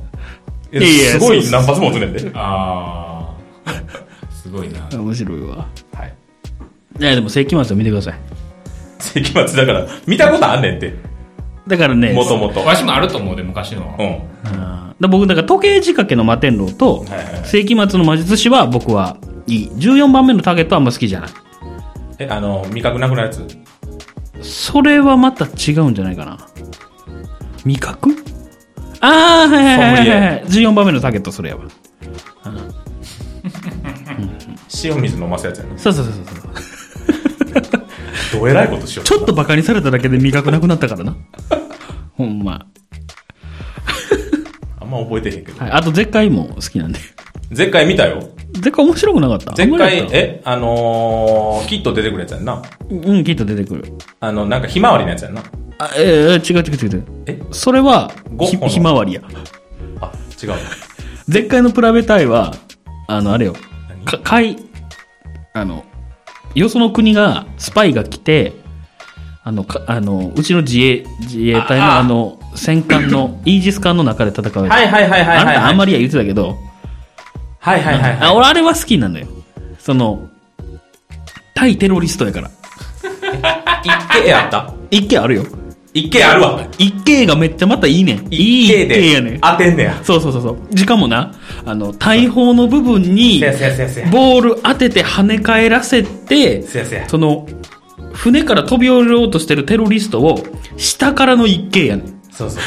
[SPEAKER 2] いやいや
[SPEAKER 3] すごい何発も打つねんで。
[SPEAKER 1] ああ。 すごいな。
[SPEAKER 2] 面白いわ。
[SPEAKER 3] はい。
[SPEAKER 2] いや、でも世紀末を見てください。
[SPEAKER 3] 世紀末だから、見たことあんねんって。
[SPEAKER 2] だからね、
[SPEAKER 3] もともと。
[SPEAKER 1] わしもあると思うで、昔のは
[SPEAKER 3] うん。。
[SPEAKER 2] あーだ僕、だから時計仕掛けの摩天楼と、
[SPEAKER 3] はいはいはい
[SPEAKER 2] 世紀末の魔術師は僕はいい。14番目のターゲットはあんま好きじゃない。
[SPEAKER 3] え、あの、味覚なくなるやつ。
[SPEAKER 2] それはまた違うんじゃないかな。味覚ああ、はいはいはいはいはい。14番目のターゲット、それやわ。
[SPEAKER 3] 塩水飲ますやつやな。
[SPEAKER 2] そうそうそうそう。
[SPEAKER 3] どえらいことしよう。
[SPEAKER 2] ちょっとバカにされただけで味覚なくなったからな。 ほんま。
[SPEAKER 3] あんま覚えてへんけど。
[SPEAKER 2] はい、あと、絶海も好きなんで。
[SPEAKER 3] 前回見たよ。
[SPEAKER 2] 絶海面白くなかった
[SPEAKER 3] 前回
[SPEAKER 2] あんまりやっ、た
[SPEAKER 3] え、あのー、キット出てくるやつやんな。
[SPEAKER 2] うん、きっと出てくる。
[SPEAKER 3] あの、なんかひまわりのやつやんな。
[SPEAKER 2] あ、えー、違う違う違う違う。
[SPEAKER 3] え
[SPEAKER 2] それは、
[SPEAKER 3] ゴッ
[SPEAKER 2] ひ
[SPEAKER 3] ホの
[SPEAKER 2] ひまわりや。
[SPEAKER 3] あ、違う。
[SPEAKER 2] 絶海のプラベタイは、あの、あれよ
[SPEAKER 3] 何。
[SPEAKER 2] か、海、あの、よその国が、スパイが来て、あの、かあの、うちの自衛、自衛隊の
[SPEAKER 1] あ
[SPEAKER 2] あの、戦艦の、イージス艦の中で戦うやつ。
[SPEAKER 3] はいはいはいはい
[SPEAKER 2] あ
[SPEAKER 3] は。
[SPEAKER 2] ないたあん
[SPEAKER 3] は
[SPEAKER 2] ま
[SPEAKER 3] い
[SPEAKER 2] りや言ってたけど、
[SPEAKER 3] はいはいはい。
[SPEAKER 2] あ俺あれは好きなのよ。その、対テロリストやから。
[SPEAKER 3] 一軒やった
[SPEAKER 2] 一軒あるよ。
[SPEAKER 3] 一軒あるわ。
[SPEAKER 2] 一軒がめっちゃまたいいねん。いい
[SPEAKER 3] 一軒
[SPEAKER 2] 一軒
[SPEAKER 3] で
[SPEAKER 2] やねん。
[SPEAKER 3] 当てんねや。
[SPEAKER 2] そうそうそうそう。しかもな、あの、大砲の部分に
[SPEAKER 3] せ、やせやせやせや。
[SPEAKER 2] ボール当てて跳ね返らせて、
[SPEAKER 3] せやせや。
[SPEAKER 2] その、船から飛び降りようとしてるテロリストを、下からの一軒やねん。
[SPEAKER 3] そうそう。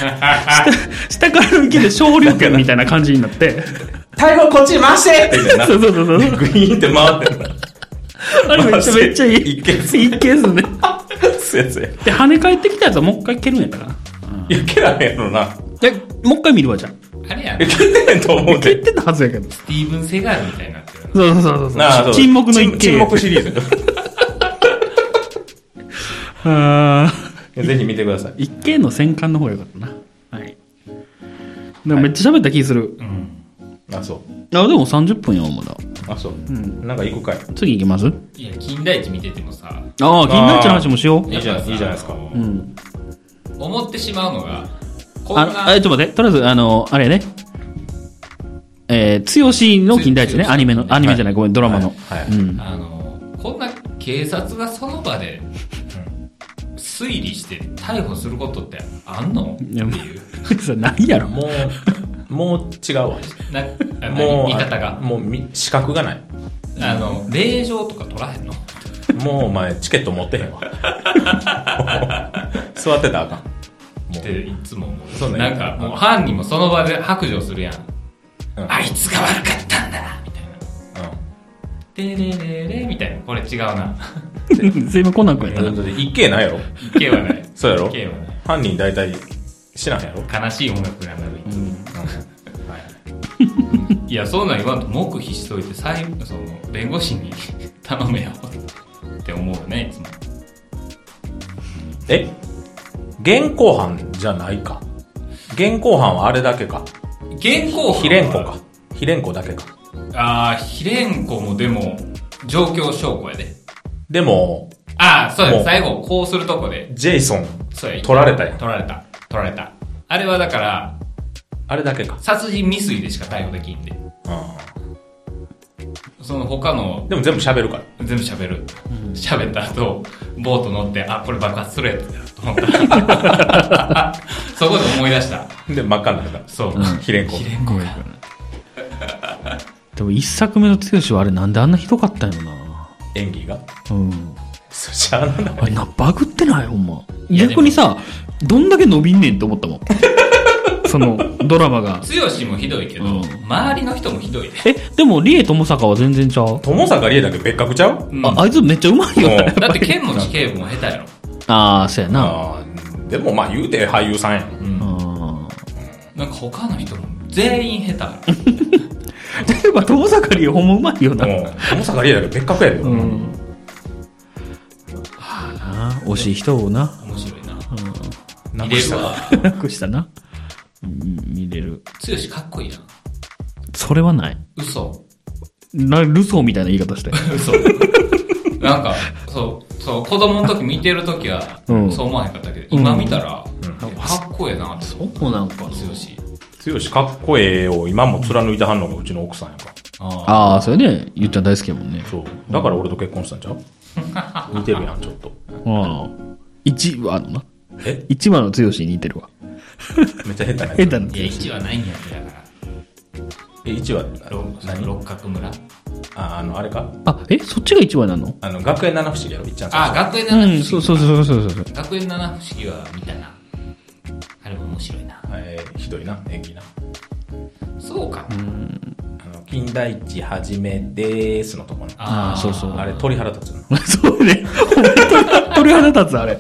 [SPEAKER 2] 下からの一軒で昇竜拳みたいな感じになって。
[SPEAKER 3] 大砲こっちに回してって言うてんな。
[SPEAKER 2] そうそうそうそう。
[SPEAKER 3] グイーンって回ってんな。
[SPEAKER 2] あれめっちゃめっちゃいい。
[SPEAKER 3] 一軒っす
[SPEAKER 2] 一軒っすね。
[SPEAKER 3] せやせや。
[SPEAKER 2] で、跳ね返ってきたやつはもう一回蹴るんやったかな。
[SPEAKER 3] いや、蹴らへんやろな。
[SPEAKER 2] で、もう一回見るわ、じゃん。
[SPEAKER 1] あれや
[SPEAKER 3] え
[SPEAKER 1] な
[SPEAKER 3] 蹴ってへんと思う
[SPEAKER 2] 蹴っ
[SPEAKER 3] で。
[SPEAKER 2] てたはずやけど。
[SPEAKER 1] スティーブン・セガールみたいになってる。
[SPEAKER 2] そうそうそうそう
[SPEAKER 3] なあそう
[SPEAKER 2] 沈黙の一軒
[SPEAKER 3] 沈黙シリーズ。
[SPEAKER 2] あー
[SPEAKER 3] ぜひ見てください。
[SPEAKER 2] 一軒の戦艦の方が良かったな。はい。でもめっちゃ喋った気する。
[SPEAKER 1] うん。
[SPEAKER 3] あ、そう。
[SPEAKER 2] あ、でも30分よ、まだ。
[SPEAKER 3] あ、そう。なんか行くかい。
[SPEAKER 2] 次行きます
[SPEAKER 1] いや、金田一見ててもさ、
[SPEAKER 2] ああ、金田一の話もしよう。
[SPEAKER 3] いいじゃないいいじゃないですか
[SPEAKER 2] うん。
[SPEAKER 1] 思ってしまうのが、こん
[SPEAKER 2] あ、
[SPEAKER 1] な
[SPEAKER 2] あ、ちょっと待って。とりあえず、あの、あれね。えー、強しの金田一ね。
[SPEAKER 1] つよし
[SPEAKER 2] アニメの、アニメじゃない、ごめん、ドラマの。
[SPEAKER 3] はいはい
[SPEAKER 2] うん。
[SPEAKER 1] あの、こんな警察がその場で、推理して逮捕することってあんのって
[SPEAKER 2] いやもう
[SPEAKER 1] いう。
[SPEAKER 2] それない やろ。
[SPEAKER 3] もう、もう違うわ。
[SPEAKER 1] な、 あ
[SPEAKER 3] も
[SPEAKER 1] の
[SPEAKER 3] う、
[SPEAKER 1] 言い方が。
[SPEAKER 3] もうみ、資格がない。
[SPEAKER 1] あの、令状とか取らへんの
[SPEAKER 3] もうお前、チケット持ってへんわ。 座ってたらあかん。
[SPEAKER 1] っていつも思う。
[SPEAKER 3] そうね
[SPEAKER 1] なんかもう犯人もその場で白状するやん。
[SPEAKER 3] うん
[SPEAKER 1] あいつが悪かったんだみたいな。でれれれみたいな。これ違うな。
[SPEAKER 2] 全部こんなんくんやった
[SPEAKER 3] う。。
[SPEAKER 2] なん
[SPEAKER 3] だって一軒ないやろ
[SPEAKER 1] いけはない。
[SPEAKER 3] そうやろ
[SPEAKER 1] いけはない。
[SPEAKER 3] 犯人大体死なんやろ
[SPEAKER 1] 悲しい音楽が鳴るいつも、
[SPEAKER 3] はい
[SPEAKER 1] うんいやそんなん言わんと黙秘しといて裁その弁護士に 頼めよって思うよねいつも
[SPEAKER 3] え現行犯じゃないか。現行犯はあれだけか。
[SPEAKER 1] 現行犯は
[SPEAKER 3] 非連行か。非連行だけか。
[SPEAKER 1] ああ非連行もでも状況証拠やで
[SPEAKER 3] でも、
[SPEAKER 1] ああそう
[SPEAKER 3] も
[SPEAKER 1] や
[SPEAKER 3] う
[SPEAKER 1] 最後こうするとこで
[SPEAKER 3] ジェイソン、
[SPEAKER 1] そうや
[SPEAKER 3] 取られたやん。
[SPEAKER 1] 取られた取られたあれはだから
[SPEAKER 3] あれだけか。
[SPEAKER 1] 殺人未遂でしか逮捕できんで
[SPEAKER 3] う
[SPEAKER 1] その他の
[SPEAKER 3] ん。でも全部喋るから。
[SPEAKER 1] 全部喋る喋、った後ボート乗ってあこれ爆発するやつだと思ったそこで思い出した
[SPEAKER 3] で、真っ赤になるから。
[SPEAKER 1] そう、
[SPEAKER 3] 非連行
[SPEAKER 1] 非。連行か
[SPEAKER 2] でも一作目の剛はあれなんであんなひどかったんやろな。
[SPEAKER 3] 演技が。
[SPEAKER 2] うん。
[SPEAKER 3] そしゃあなんだ。
[SPEAKER 2] あれな、バグってないほんま。
[SPEAKER 1] いやでも
[SPEAKER 2] 逆にさ、どんだけ伸びんねんって思ったもん。その、ドラマが。
[SPEAKER 1] 剛もひどいけど、
[SPEAKER 2] うん
[SPEAKER 1] 周りの人もひどいで、
[SPEAKER 2] え、でも、リエ友坂は全然ちゃう、
[SPEAKER 3] 友坂理恵だけ別格ちゃう
[SPEAKER 1] うん
[SPEAKER 2] あ、あいつめっちゃうまいよ
[SPEAKER 3] う
[SPEAKER 2] ね
[SPEAKER 3] ん。
[SPEAKER 1] だって剣も地形部も下手やろ
[SPEAKER 2] ああ、そうやな。
[SPEAKER 3] あーでもまあ言うて俳優さんやん。
[SPEAKER 2] うん。
[SPEAKER 1] なんか他の人も全員下手やろ
[SPEAKER 2] 例えば、友坂リエほんまうまいよな。
[SPEAKER 3] うん友坂理恵だけ別格やで。
[SPEAKER 2] うん。はあな、惜しい人を な。
[SPEAKER 1] 面白いな
[SPEAKER 3] な
[SPEAKER 1] 見
[SPEAKER 3] く
[SPEAKER 1] れ
[SPEAKER 3] し
[SPEAKER 1] る
[SPEAKER 3] たら
[SPEAKER 1] わ
[SPEAKER 2] なくしたな。うん見れる。
[SPEAKER 1] 剛かっこいいな
[SPEAKER 2] それはない。
[SPEAKER 1] 嘘
[SPEAKER 2] なルソーみたいな言い方して。
[SPEAKER 1] 嘘なんかそうそう子供の時見てる時は、
[SPEAKER 2] うん
[SPEAKER 1] そう思わへんかったけど今見たら、
[SPEAKER 3] う
[SPEAKER 1] かっこええなって思う
[SPEAKER 2] そうなんかな
[SPEAKER 1] 剛
[SPEAKER 3] 強しかっこええを今も貫いてはんのがうちの奥さんやから。
[SPEAKER 1] あ
[SPEAKER 2] ああ、それね、ゆっちゃん大好きやもんね。
[SPEAKER 3] そう。だから俺と結婚したん ちゃう似てるやん、ちょっと。
[SPEAKER 2] ああ。一話のな。
[SPEAKER 3] え
[SPEAKER 2] 一話の剛に似てるわ。
[SPEAKER 3] めっちゃ変だね。
[SPEAKER 2] 変なの
[SPEAKER 1] あいや1はないんやってだから
[SPEAKER 3] え、1話、
[SPEAKER 1] 六
[SPEAKER 3] 何
[SPEAKER 1] 六角村
[SPEAKER 3] あ、あの、あれか
[SPEAKER 2] あ、え、そっちが一話なの
[SPEAKER 3] あの、学園七不思議やろ、いっちゃんさん。
[SPEAKER 1] あ学園
[SPEAKER 2] う
[SPEAKER 1] 七不思議、
[SPEAKER 2] ん、そうそうそうそうそう。
[SPEAKER 1] 学園七不思議は見たなあれも面白いな
[SPEAKER 3] えーひどいな、演技な。
[SPEAKER 1] そうか、
[SPEAKER 3] あの、金田一はじめでーすのとこね。あ
[SPEAKER 2] ああ、そうそう。
[SPEAKER 3] れ、鳥肌立つな。
[SPEAKER 2] そうね。本当に鳥肌立つ、あれ。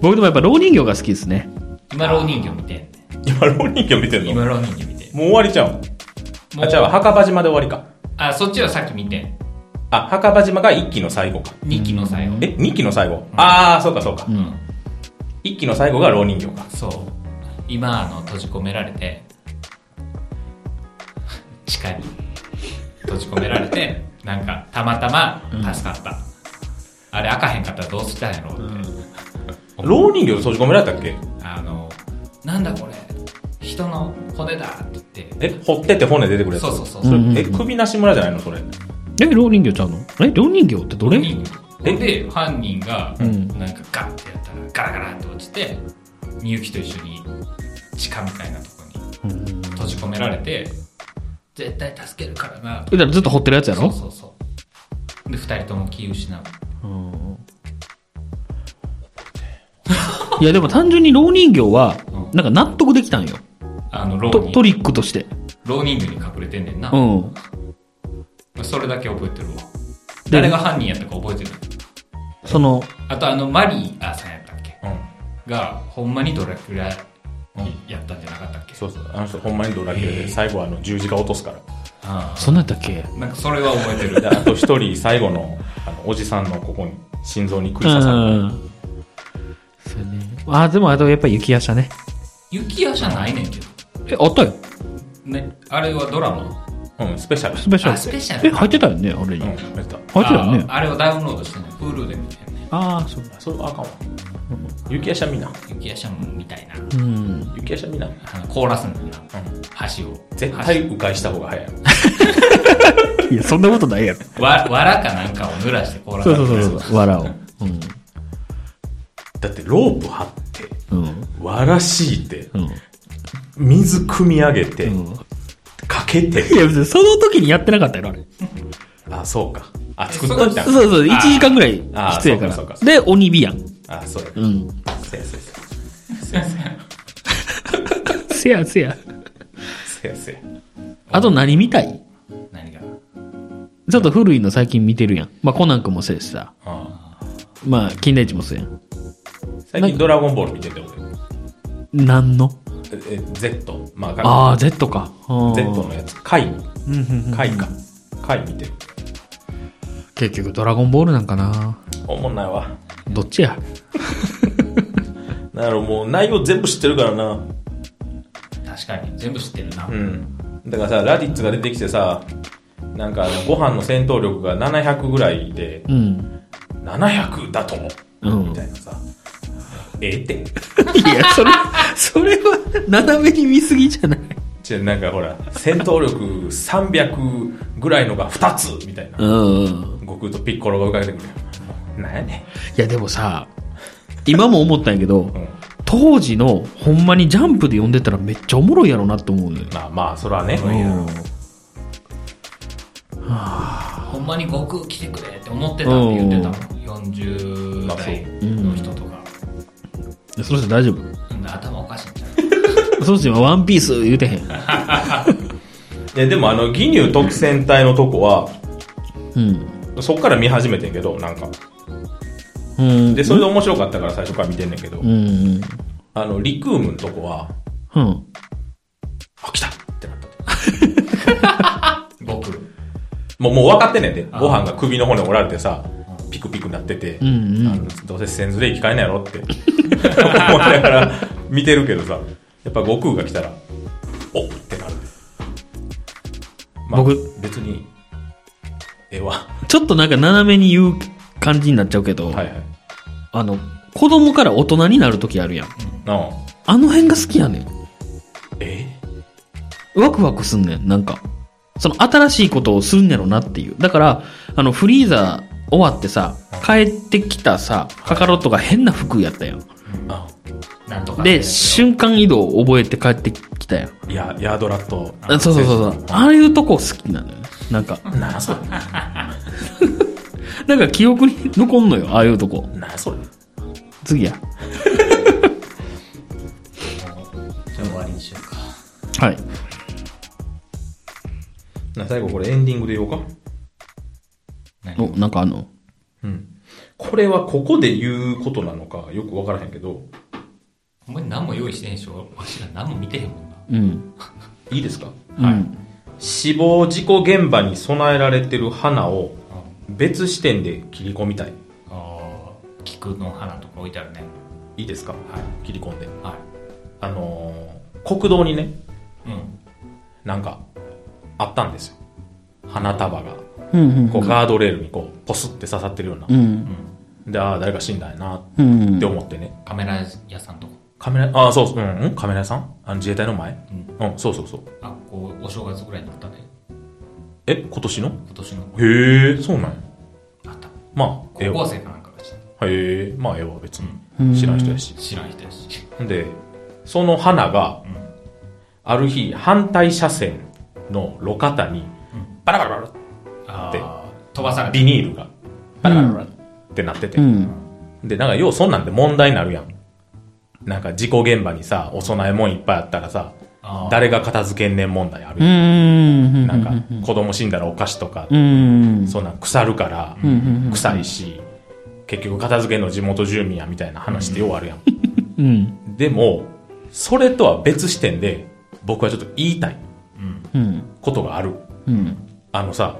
[SPEAKER 2] 僕でもやっぱ、老人形が好きですね。
[SPEAKER 1] 今老人形見てんね
[SPEAKER 3] 今、浪人形見てんのも
[SPEAKER 1] 今老人形見て
[SPEAKER 3] う終わりちゃうん
[SPEAKER 1] も
[SPEAKER 3] あ、じゃあ、墓場島で終わりか。
[SPEAKER 1] あそっちはさっき見てん
[SPEAKER 3] あ、墓場島が1期の最後か。
[SPEAKER 1] 2期の最後
[SPEAKER 3] え、2期の最後あー、そうかそうか
[SPEAKER 2] う。ん。
[SPEAKER 3] 1期の最後が浪人形か。
[SPEAKER 1] そう今あの閉じ込められて 地下に閉じ込められてなんかたまたま助かった、あれ開かへんかったらどうしたんやろうって、
[SPEAKER 3] 浪人形閉じ込められたっけ
[SPEAKER 1] あのなんだこれ人の骨だって言って
[SPEAKER 3] え、掘ってて骨出てくるやつ
[SPEAKER 1] そうそうそう
[SPEAKER 3] それ
[SPEAKER 2] うんうんうん
[SPEAKER 3] え、首なし村じゃないのそれ。
[SPEAKER 2] え、老人形ちゃうのえ、老人形ってどれ
[SPEAKER 1] 人形で犯人が
[SPEAKER 2] うん
[SPEAKER 1] なんかガッてやったらガラガラって落ちてみゆきと一緒に地下みたいなとこに閉じ込められて絶対助けるからな
[SPEAKER 2] だからずっと掘ってるやつや
[SPEAKER 1] そう
[SPEAKER 2] ろ
[SPEAKER 1] そうそうで2人とも気を失う
[SPEAKER 2] いや、でも単純に老人形は、なんか納得できたんよ。
[SPEAKER 1] あの浪
[SPEAKER 2] とト
[SPEAKER 1] 人
[SPEAKER 2] リックとして。
[SPEAKER 1] 浪人形に隠れてんねんな
[SPEAKER 2] う、ん。
[SPEAKER 1] それだけ覚えてるわ誰が犯人やったか覚えてない
[SPEAKER 2] その、
[SPEAKER 1] あとあのマリーあさんやったっけ
[SPEAKER 3] うん。
[SPEAKER 1] がほんまにドラキュラやったんじゃなかったっけ、
[SPEAKER 3] そうそう。あの人、ほんまにドラキュラで、最後はあの十字架落とすから。
[SPEAKER 1] あ
[SPEAKER 2] そんなんやったっけ
[SPEAKER 1] あなんかそれは覚えて る
[SPEAKER 3] であと一人、最後の、あの、おじさんのここに、心臓に食い刺さる。
[SPEAKER 2] ん。そうやね。あ、でもあとやっぱ雪夜叉ね。
[SPEAKER 1] 雪屋じゃないねんけど
[SPEAKER 2] え、あったよ。
[SPEAKER 1] ね、あれはドラマ
[SPEAKER 3] うん、スペシャル。
[SPEAKER 2] スペシャル。
[SPEAKER 1] あスペシャル
[SPEAKER 2] え、入ってたよね、あれに。
[SPEAKER 3] うん、
[SPEAKER 2] 入っ
[SPEAKER 3] やった。
[SPEAKER 2] てたよね。
[SPEAKER 1] ああれをダウンロードしてね Hulu で見てね
[SPEAKER 2] ああ、そうだ。
[SPEAKER 3] それはあかんわ。雪やしゃみんな。
[SPEAKER 1] 雪屋シャンみたいな
[SPEAKER 2] うん。
[SPEAKER 3] 雪やしゃみんな。
[SPEAKER 1] あの凍らすんだよな、
[SPEAKER 3] うん
[SPEAKER 1] 橋を
[SPEAKER 3] 絶対迂回した方が早い。
[SPEAKER 2] いや、そんなことないやろ。
[SPEAKER 1] 橋わわらかなんかを濡らして凍らす
[SPEAKER 2] そ
[SPEAKER 1] ん
[SPEAKER 2] う
[SPEAKER 1] だ
[SPEAKER 2] そ
[SPEAKER 1] よ
[SPEAKER 2] うそうそう。笑おう。
[SPEAKER 3] だって、ロープ張って、
[SPEAKER 2] うん。うん。
[SPEAKER 3] わらしいて、
[SPEAKER 2] うん。
[SPEAKER 3] 水汲み上げて、
[SPEAKER 2] うん
[SPEAKER 3] かけて。
[SPEAKER 2] いや、別にその時にやってなかったよ、あれ。
[SPEAKER 3] あ、そうか。あ、作っといたん
[SPEAKER 2] そうそう、1時間ぐらい
[SPEAKER 3] あー
[SPEAKER 2] 必要やか
[SPEAKER 3] そうかそう
[SPEAKER 2] ら。
[SPEAKER 3] か
[SPEAKER 2] で、鬼火やん。
[SPEAKER 3] あ、そうや。
[SPEAKER 2] うん。
[SPEAKER 3] せやせやせ
[SPEAKER 2] せやせや。
[SPEAKER 3] や。せやせや。
[SPEAKER 2] あと何見たい
[SPEAKER 1] 何が
[SPEAKER 2] ちょっと古いの最近見てるやん。まあ、コナン君もそうやしさ。
[SPEAKER 3] あ
[SPEAKER 2] まあ、金田一もそうやん。
[SPEAKER 3] 最近ドラゴンボール見てて、俺。
[SPEAKER 2] 何の
[SPEAKER 3] ええ Z、まあ、
[SPEAKER 2] ああ、Z か。うん
[SPEAKER 3] Z のやつ。回、
[SPEAKER 2] うんうんうん
[SPEAKER 3] 回か。回見てる。
[SPEAKER 2] 結局ドラゴンボールなんかな。
[SPEAKER 3] おもんないわ。
[SPEAKER 2] どっちや
[SPEAKER 3] なるもう内容全部知ってるからな。
[SPEAKER 1] 確かに、全部知ってるな。
[SPEAKER 3] うん。だからさ、ラディッツが出てきてさ、なんかあのご飯の戦闘力が700ぐらいで、
[SPEAKER 2] うん。
[SPEAKER 3] 700だと思う。
[SPEAKER 2] うん
[SPEAKER 3] みたいなさ。ええって。
[SPEAKER 2] いや、それ、それは斜めに見すぎじゃない。
[SPEAKER 3] じゃなんかほら、戦闘力300ぐらいのが2つみたいな。
[SPEAKER 2] うん。
[SPEAKER 3] 悟空とピッコロが追いかけてくるよ。なんやね
[SPEAKER 2] いや、でもさ、今も思ったんやけど、
[SPEAKER 3] ん。うん。
[SPEAKER 2] 当時のほんまにジャンプで読んでたらめっちゃおもろいやろなって思うのよ。
[SPEAKER 3] まあまあ、それはね。
[SPEAKER 2] うん
[SPEAKER 1] ほんまに悟空来てくれって思ってたって言ってたの。40
[SPEAKER 3] まあそう
[SPEAKER 1] 代の人とか。
[SPEAKER 2] その人大丈
[SPEAKER 1] うん頭おかしいんじゃ
[SPEAKER 2] 夫その人今ワンピース言うてへん。
[SPEAKER 3] ででもあの、義乳特戦隊のとこは、
[SPEAKER 2] うん。
[SPEAKER 3] そっから見始めてんけど、なんか。
[SPEAKER 2] うん。
[SPEAKER 3] で、それで面白かったから最初から見てんねんけど、
[SPEAKER 2] うんうん。
[SPEAKER 3] あの、リクームのとこは、
[SPEAKER 2] うん。
[SPEAKER 3] あ、来たってなった。
[SPEAKER 1] ない悟空。
[SPEAKER 3] もう、もう分かってんねんで。
[SPEAKER 1] あー
[SPEAKER 3] ご飯が首の骨折られてさ、ピクピクなってて、
[SPEAKER 2] うんうん
[SPEAKER 3] あのどうせ先ずで生き返んないやろって思いながら見てるけどさ、やっぱ悟空が来たら、おっってなる。
[SPEAKER 2] 僕、
[SPEAKER 3] 別に、ええわ。は
[SPEAKER 2] ちょっとなんか斜めに言う感じになっちゃうけど、
[SPEAKER 3] いはい。
[SPEAKER 2] あの、子供から大人になる時あるやん。
[SPEAKER 3] なあ、
[SPEAKER 2] あの辺が好きやねん。
[SPEAKER 3] え
[SPEAKER 2] ワクワクすんねん、なんか。その新しいことをするんやろなっていう。だから、あの、フリーザー終わってさ、帰ってきたさ、カカロットが変な服やったやん。
[SPEAKER 3] あ
[SPEAKER 1] なんとか。
[SPEAKER 2] で、瞬間移動を覚えて帰ってきたやん。
[SPEAKER 3] いや、ヤードラット。
[SPEAKER 2] あそうそうそうそう。ああいうとこ好きなのよね。なんか、
[SPEAKER 3] なあそれ。
[SPEAKER 2] なんか記憶に残んのよ、ああいうとこ。
[SPEAKER 3] なあそれ。
[SPEAKER 2] 次や。
[SPEAKER 1] じゃあ終わりにしようか。
[SPEAKER 2] はい。
[SPEAKER 3] な最後これエンディングで言おうか。
[SPEAKER 2] お、なんかあんの
[SPEAKER 3] うん。これはここで言うことなのかよくわからへんけど、
[SPEAKER 1] お前何も用意してへんでしょわしら何も見てへんもんな。
[SPEAKER 2] うん。
[SPEAKER 3] いいですか
[SPEAKER 2] うん。
[SPEAKER 3] 死亡事故現場に備えられてる花を別視点で切り込みたい。
[SPEAKER 1] ああ、菊の花とか置いてあるね。
[SPEAKER 3] いいですかはい。切り込んで。
[SPEAKER 1] は
[SPEAKER 3] あのー国道にね、
[SPEAKER 1] い。うん。
[SPEAKER 3] なんか、あったんですよ。花束が。
[SPEAKER 2] うん。
[SPEAKER 3] こうガードレールにこう、ポスって刺さってるような
[SPEAKER 2] う。ん。
[SPEAKER 3] で、ああ、誰か死んだんやな
[SPEAKER 2] うん
[SPEAKER 3] って。思ってね。
[SPEAKER 1] カメラ屋さんとか。
[SPEAKER 3] カメラ、ああ、そうそう、うん、うん、カメラ屋さんあの自衛隊の前
[SPEAKER 1] うん。
[SPEAKER 3] うん、そうそうそう。
[SPEAKER 1] あ、こう、お正月ぐらいにあったね。
[SPEAKER 3] え、今年の
[SPEAKER 1] 今年の。
[SPEAKER 3] へえ、そうなんや。
[SPEAKER 1] あった。
[SPEAKER 3] まあ、ええ
[SPEAKER 1] 高校
[SPEAKER 3] わ。
[SPEAKER 1] 生かなんかがした
[SPEAKER 3] へえ、まあ、ええわ、別
[SPEAKER 2] うん
[SPEAKER 3] に。知らん人やし。
[SPEAKER 1] 知らん人やし。
[SPEAKER 3] んで、その花が、ある日、反対車線の路肩に、バラバラバラ
[SPEAKER 1] あ
[SPEAKER 3] で
[SPEAKER 1] ー飛ばされ
[SPEAKER 3] ビ
[SPEAKER 1] て。
[SPEAKER 3] ニールが、バラバラバラってなってて
[SPEAKER 2] う。ん。
[SPEAKER 3] で、なんか、ようそんなんで問題になるやん。なんか、事故現場にさ、お供え物いっぱいあったらさ、
[SPEAKER 1] あー
[SPEAKER 3] 誰が片付けんねん問題ある
[SPEAKER 2] う
[SPEAKER 3] やん。
[SPEAKER 2] ん。
[SPEAKER 3] なんか、子供死んだらお菓子とか
[SPEAKER 2] う、ん。
[SPEAKER 3] そんなん腐るから、臭いし、結局片付けんの地元住民やみたいな話ってようあるやん。
[SPEAKER 2] うん。
[SPEAKER 3] でも、それとは別視点で、僕はちょっと言いたい
[SPEAKER 2] うん。
[SPEAKER 3] ことがある。
[SPEAKER 2] うん。
[SPEAKER 3] あのさ、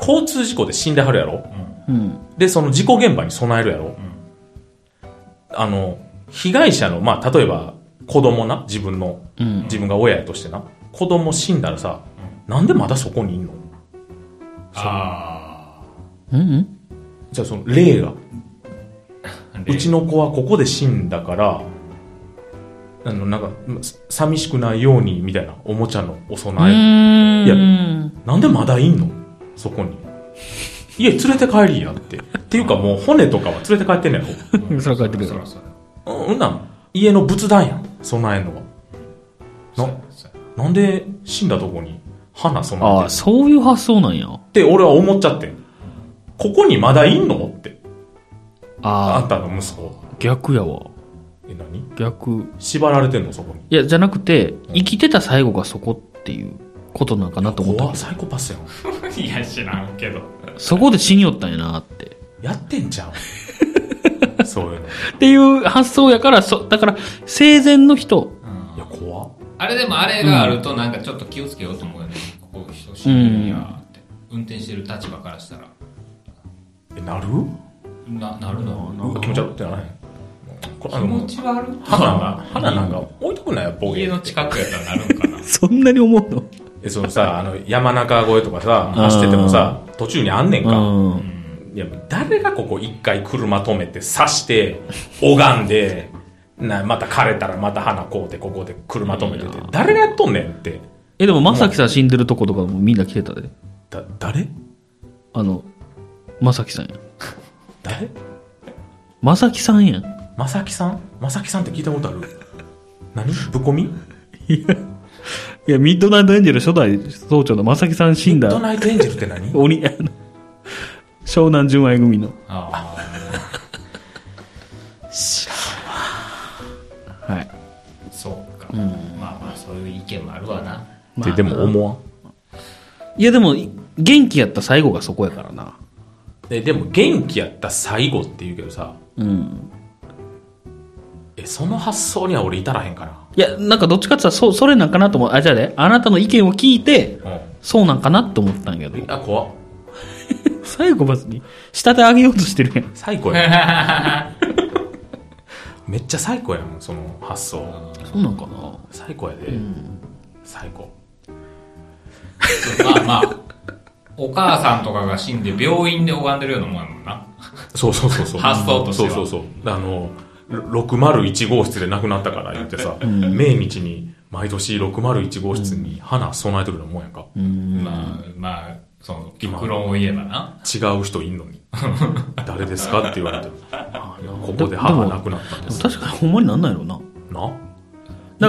[SPEAKER 3] 交通事故で死んではるやろ
[SPEAKER 2] うん。
[SPEAKER 3] で、その事故現場に備えるやろ、あの、被害者の、まあ、例えば、子供な、自分の、
[SPEAKER 2] うん
[SPEAKER 3] 自分が親やとしてな、子供死んだらさ、なんでまだそこにいんの
[SPEAKER 1] あ
[SPEAKER 2] うん。
[SPEAKER 3] じゃあその、霊が、
[SPEAKER 1] ー。
[SPEAKER 3] うちの子はここで死んだから、あの、なんか、寂しくないように、みたいな、おもちゃのお供え物
[SPEAKER 2] ん
[SPEAKER 3] いやなんでまだいんのそこに。いや、連れて帰りやって。っていうかもう骨とかは連れて帰ってんねや
[SPEAKER 1] うん
[SPEAKER 2] そら帰ってくる
[SPEAKER 1] そらそうや
[SPEAKER 3] ろ。うん、なん、家の仏壇やん。備えんのは。
[SPEAKER 1] そ
[SPEAKER 3] な
[SPEAKER 1] うやそうや
[SPEAKER 3] なんで死んだとこに花備
[SPEAKER 2] あ
[SPEAKER 3] え
[SPEAKER 2] あ、
[SPEAKER 3] て
[SPEAKER 2] そういう発想なんや。
[SPEAKER 3] って俺は思っちゃってん。ここにまだいんのって。あ
[SPEAKER 2] あ
[SPEAKER 3] ん
[SPEAKER 2] あ、
[SPEAKER 3] たの息子。
[SPEAKER 2] 逆やわ。
[SPEAKER 3] え、何
[SPEAKER 2] 逆。
[SPEAKER 3] 縛られてんのそこに。
[SPEAKER 2] いや、じゃなくて、生きてた最後がそこっていうことなんかなと思った
[SPEAKER 3] 怖
[SPEAKER 2] け
[SPEAKER 3] っサイコパスやん。
[SPEAKER 1] いや、知らんけど。
[SPEAKER 2] ど。そこで死によったんやなって。
[SPEAKER 3] やってんじゃん。そうよね。
[SPEAKER 2] っていう発想やから、そ、だから、生前の人、
[SPEAKER 1] うん
[SPEAKER 3] いや、怖っ
[SPEAKER 1] あれでもあれがあるとなんかちょっと気をつけようと思うよね。ここ人死ぬんやーって。運転してる立場からしたら。
[SPEAKER 3] え、なる
[SPEAKER 1] な、なるの
[SPEAKER 3] なんか気持ち悪ってならへん。こ
[SPEAKER 1] 気持ち悪い
[SPEAKER 3] 花が、花なんか置いとくなよ、ボ
[SPEAKER 1] 家
[SPEAKER 3] ケ
[SPEAKER 1] の。近くやったらなるんか な。
[SPEAKER 2] そんなに思うの
[SPEAKER 3] え、そのさ、あの、山中越えとかさ、走っててもさ、途中にあんねんか。
[SPEAKER 2] うん。
[SPEAKER 3] いや、誰がここ一回車止めて、刺して、拝んで、な、また枯れたらまた花こうて、ここで車止めてて、誰がやっとんねんって。
[SPEAKER 2] え、でも、まさきさん死んでるとことかもみんな来てたで。
[SPEAKER 3] だ、誰
[SPEAKER 2] あの、まさきさんや。
[SPEAKER 3] 誰
[SPEAKER 2] まさきさんやん。
[SPEAKER 3] まさきさんまさきさんって聞いたことある何ぶこみ
[SPEAKER 2] いや、ミッドナイトエンジェル初代総長のまさきさん死ん
[SPEAKER 3] ミッド
[SPEAKER 2] だ、
[SPEAKER 3] ナイトエンジェルって何
[SPEAKER 2] 鬼、あの湘南純愛組の。
[SPEAKER 1] あ
[SPEAKER 2] はい。
[SPEAKER 1] あ、そうか。まあまあ、そういう意見もあるわな。
[SPEAKER 3] ってでも思わん。
[SPEAKER 2] いや、でも、元気やった最後がそこやからな。
[SPEAKER 3] ででも元気やった最後って言うけどさ、
[SPEAKER 2] うん。
[SPEAKER 3] え、その発想には俺至らへんか
[SPEAKER 2] いや、なんかどっちかって言ったら、そう、それなんかなと思う。あ、じゃあね、あなたの意見を聞いて、
[SPEAKER 3] な。
[SPEAKER 2] そうなんかなって思ったんや
[SPEAKER 3] う
[SPEAKER 2] け
[SPEAKER 3] ん。
[SPEAKER 2] ど。
[SPEAKER 3] あ、怖っ。
[SPEAKER 2] 最後別に、下で上げようとしてるやん。
[SPEAKER 3] 最高 やん。めっちゃ最高やん、その発想。
[SPEAKER 2] そうなんかな
[SPEAKER 3] 最高やで。最高。
[SPEAKER 1] まあまあ、お母さんとかが死んで病院で拝んでるようなもんやもんな。
[SPEAKER 3] そうそうそうそう。
[SPEAKER 1] 発想としては
[SPEAKER 3] そうそうそう。あの、ろ601号室で亡くなったから言ってさ、命日に毎年601号室に花備えてるのもんやんか。
[SPEAKER 1] まあ、まあ、その、極論を言えばな。
[SPEAKER 3] 違う人いんの に。誰ですかって言われて。あここで
[SPEAKER 2] で
[SPEAKER 3] 母
[SPEAKER 2] も
[SPEAKER 3] 亡くなったんです。
[SPEAKER 2] 確かにほんまになんないやろな。
[SPEAKER 3] な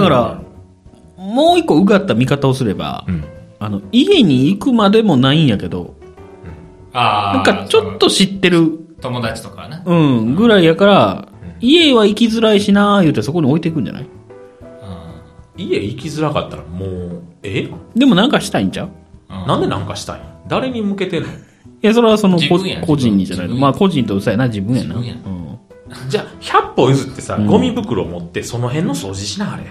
[SPEAKER 2] だから、もう一個うがった見方をすれば、
[SPEAKER 3] うん。
[SPEAKER 2] あの、家に行くまでもないんやけど、
[SPEAKER 1] ああ、
[SPEAKER 2] なんかちょっと知ってる、
[SPEAKER 1] その友達とかね。
[SPEAKER 2] うん、ぐらいやから、家は行きづらいしなー言うてそこに置いていくんじゃない
[SPEAKER 1] うん。
[SPEAKER 3] 家行きづらかったらもう、え
[SPEAKER 2] でもなんかしたいんちゃう
[SPEAKER 1] うん
[SPEAKER 3] なんでなんかしたいん誰に向けてんの
[SPEAKER 2] いや、それはその、
[SPEAKER 1] 自
[SPEAKER 2] こ
[SPEAKER 1] 分や
[SPEAKER 2] 個人にじゃないの。
[SPEAKER 1] 自分
[SPEAKER 2] まあ、個人とうさやな、自分やな。
[SPEAKER 1] 自分や
[SPEAKER 2] うん。
[SPEAKER 3] じゃあ、100歩譲ってさ、ゴミ袋持ってその辺の掃除しながらや。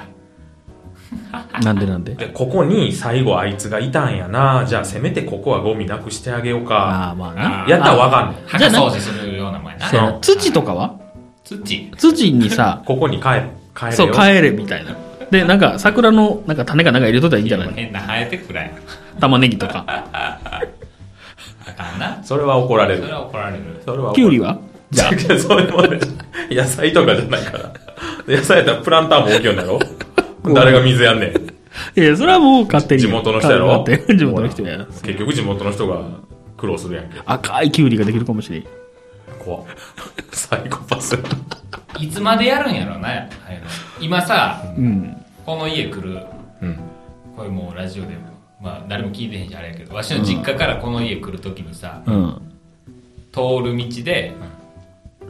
[SPEAKER 2] なんでなんで。
[SPEAKER 3] で、ここに最後あいつがいたんやな。じゃあ、せめてここはゴミなくしてあげよう
[SPEAKER 2] あ
[SPEAKER 3] か。
[SPEAKER 2] あ、まあ
[SPEAKER 1] あ
[SPEAKER 2] な。
[SPEAKER 3] やったらわかんねん。
[SPEAKER 1] 墓掃除するようなもんやな。
[SPEAKER 2] そうやな土とかは
[SPEAKER 1] 土
[SPEAKER 2] 土にさ、
[SPEAKER 3] ここに帰る。帰れよ。
[SPEAKER 2] そう、帰れみたいな。で、なんか、桜の、なんか種かなんか入れとったらいいんじゃない
[SPEAKER 1] 変な生えてくらい。
[SPEAKER 2] 玉ねぎとか。
[SPEAKER 1] あかんな。
[SPEAKER 3] それは怒られ
[SPEAKER 1] それ
[SPEAKER 3] る。
[SPEAKER 1] は怒られる。
[SPEAKER 3] それは怒られる
[SPEAKER 2] きゅうりはじゃあ、
[SPEAKER 3] 違うそれもね、 野菜とかじゃないから。野菜やったらプランターも大きいよんだろ誰が水やんねん。
[SPEAKER 2] いや、それはもう勝手に。
[SPEAKER 3] 地元の人やろ
[SPEAKER 2] 勝手に地元の人やな。
[SPEAKER 3] 結局地元の人が苦労するやんけ。
[SPEAKER 2] 赤いきゅうりができるかもしれん。
[SPEAKER 3] 怖っサイコパス。
[SPEAKER 1] いつまでやるんやろうな、ああいうの今さ、
[SPEAKER 2] うん。
[SPEAKER 1] この家来る、
[SPEAKER 3] うん。
[SPEAKER 1] これもうラジオでも、まあ誰も聞いてへんじゃんあれやけど、わしの実家からこの家来るときにさ、
[SPEAKER 2] うん。
[SPEAKER 1] 通る道で、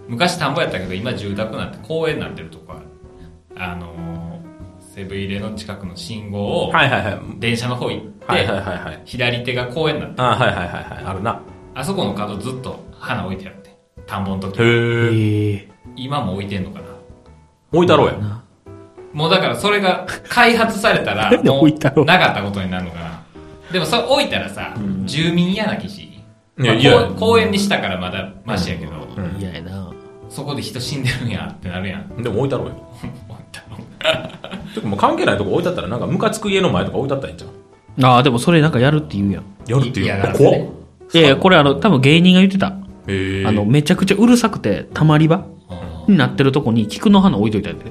[SPEAKER 1] 昔田んぼやったけど、今住宅になって公園になってるとこある。あのー、セブン入れの近くの信号を、
[SPEAKER 3] はいはいはい。
[SPEAKER 1] 電車の方行って、
[SPEAKER 3] はいはいはいはい。
[SPEAKER 1] 左手が公園になって
[SPEAKER 3] あはいはいはいはい。あるな。
[SPEAKER 1] あそこの角ずっと花置いてあって、田んぼの時。
[SPEAKER 3] へえ。
[SPEAKER 2] ええ。
[SPEAKER 1] 今も置いてんのかな。
[SPEAKER 3] 置いたろうや。
[SPEAKER 1] もうだからそれ が開発されたら
[SPEAKER 2] なん、で
[SPEAKER 1] も
[SPEAKER 2] 置いたろ
[SPEAKER 1] う
[SPEAKER 2] う
[SPEAKER 1] なかったことになるのかな。でもそれ置いたらさ、住民嫌なきし。
[SPEAKER 3] いや
[SPEAKER 1] まあ
[SPEAKER 3] いや
[SPEAKER 1] 公公園にしたからまだマシやけど、
[SPEAKER 3] うん
[SPEAKER 2] 嫌やな。
[SPEAKER 1] そこで人死んでるんやってなるやん。
[SPEAKER 3] で も置いたろうや。
[SPEAKER 1] 思ったの
[SPEAKER 3] てかもう 関係ないとこ置いてあったらなんかムカつく家の前とか置いてあったらいいんじゃん。
[SPEAKER 2] ああ、でもそれなんかやるって言うやん。
[SPEAKER 3] やるってい
[SPEAKER 1] 嫌
[SPEAKER 3] う
[SPEAKER 1] が
[SPEAKER 3] の。
[SPEAKER 1] らせね
[SPEAKER 3] 怖っ。
[SPEAKER 2] いやいや、これあの、多分芸人が言ってた。
[SPEAKER 3] へえ。
[SPEAKER 2] あの、、めちゃくちゃうるさくて、たまり場になってるとこに菊の花置いといたんで。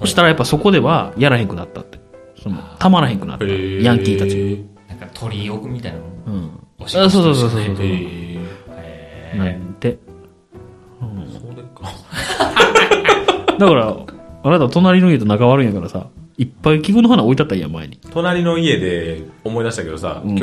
[SPEAKER 2] そしたらやっぱそこではやらへんくなったって。その、たまらへんくなった。
[SPEAKER 3] へえ。
[SPEAKER 2] ヤンキーたち。
[SPEAKER 3] へ
[SPEAKER 1] なんか鳥居置くみたいなの。
[SPEAKER 2] うん。
[SPEAKER 1] お
[SPEAKER 2] あ
[SPEAKER 1] し
[SPEAKER 2] そうそうそうそう。
[SPEAKER 3] え。
[SPEAKER 1] え
[SPEAKER 2] なんて。
[SPEAKER 3] そうでっか。
[SPEAKER 2] だから、あなた隣の家と仲悪いんやからさ、いっぱい菊の花置いてあったんや、前に。
[SPEAKER 3] 隣の家で思い出したけどさ、
[SPEAKER 2] うん
[SPEAKER 3] 今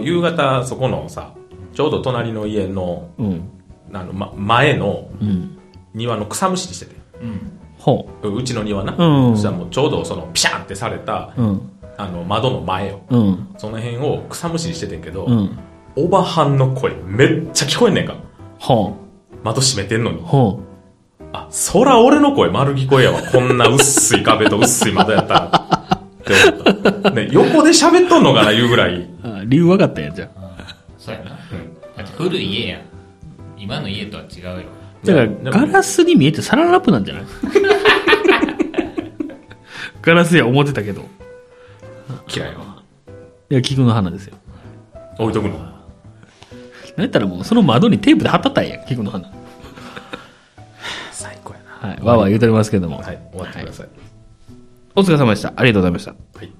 [SPEAKER 3] 日夕方そこのさちょうど隣の家の
[SPEAKER 2] うん。
[SPEAKER 3] あの、ま、前の
[SPEAKER 2] うん。
[SPEAKER 3] 庭の草むしりしてて
[SPEAKER 1] ーうん。
[SPEAKER 2] ほ
[SPEAKER 3] うちの庭な、
[SPEAKER 2] うん
[SPEAKER 3] そしたらもうちょうどそのピシャンってされた
[SPEAKER 2] う。うん。
[SPEAKER 3] あの窓の前を
[SPEAKER 2] うん。
[SPEAKER 3] その辺を草むしりしててんけど、
[SPEAKER 2] うん。
[SPEAKER 3] おばはんの声めっちゃ聞こえんねんか
[SPEAKER 2] ほ
[SPEAKER 3] 窓閉めてんの
[SPEAKER 2] う。
[SPEAKER 3] に
[SPEAKER 2] ほう。
[SPEAKER 3] あ、そら俺の声丸聞こえやわ。こんな薄い壁と薄い窓やったら。って思った。ね、横で喋っとんのかな言うぐらい。
[SPEAKER 2] あ理由分かったやんじゃあ
[SPEAKER 1] そうやな。だって古い家やん。今の家とは違うよ。
[SPEAKER 2] だから
[SPEAKER 3] でも
[SPEAKER 2] ガラスに見えてサランラップなんじゃない ガラスや思ってたけど
[SPEAKER 3] 嫌いわ。
[SPEAKER 2] いや菊の花ですよ
[SPEAKER 3] 置いとくの。
[SPEAKER 2] なんやったらもうその窓にテープで貼ったったんや菊の花
[SPEAKER 3] 最高やな。
[SPEAKER 2] はいわーわー言うておりますけども、
[SPEAKER 3] はい、終わってください。
[SPEAKER 2] お疲れ様でしたありがとうございました
[SPEAKER 3] はい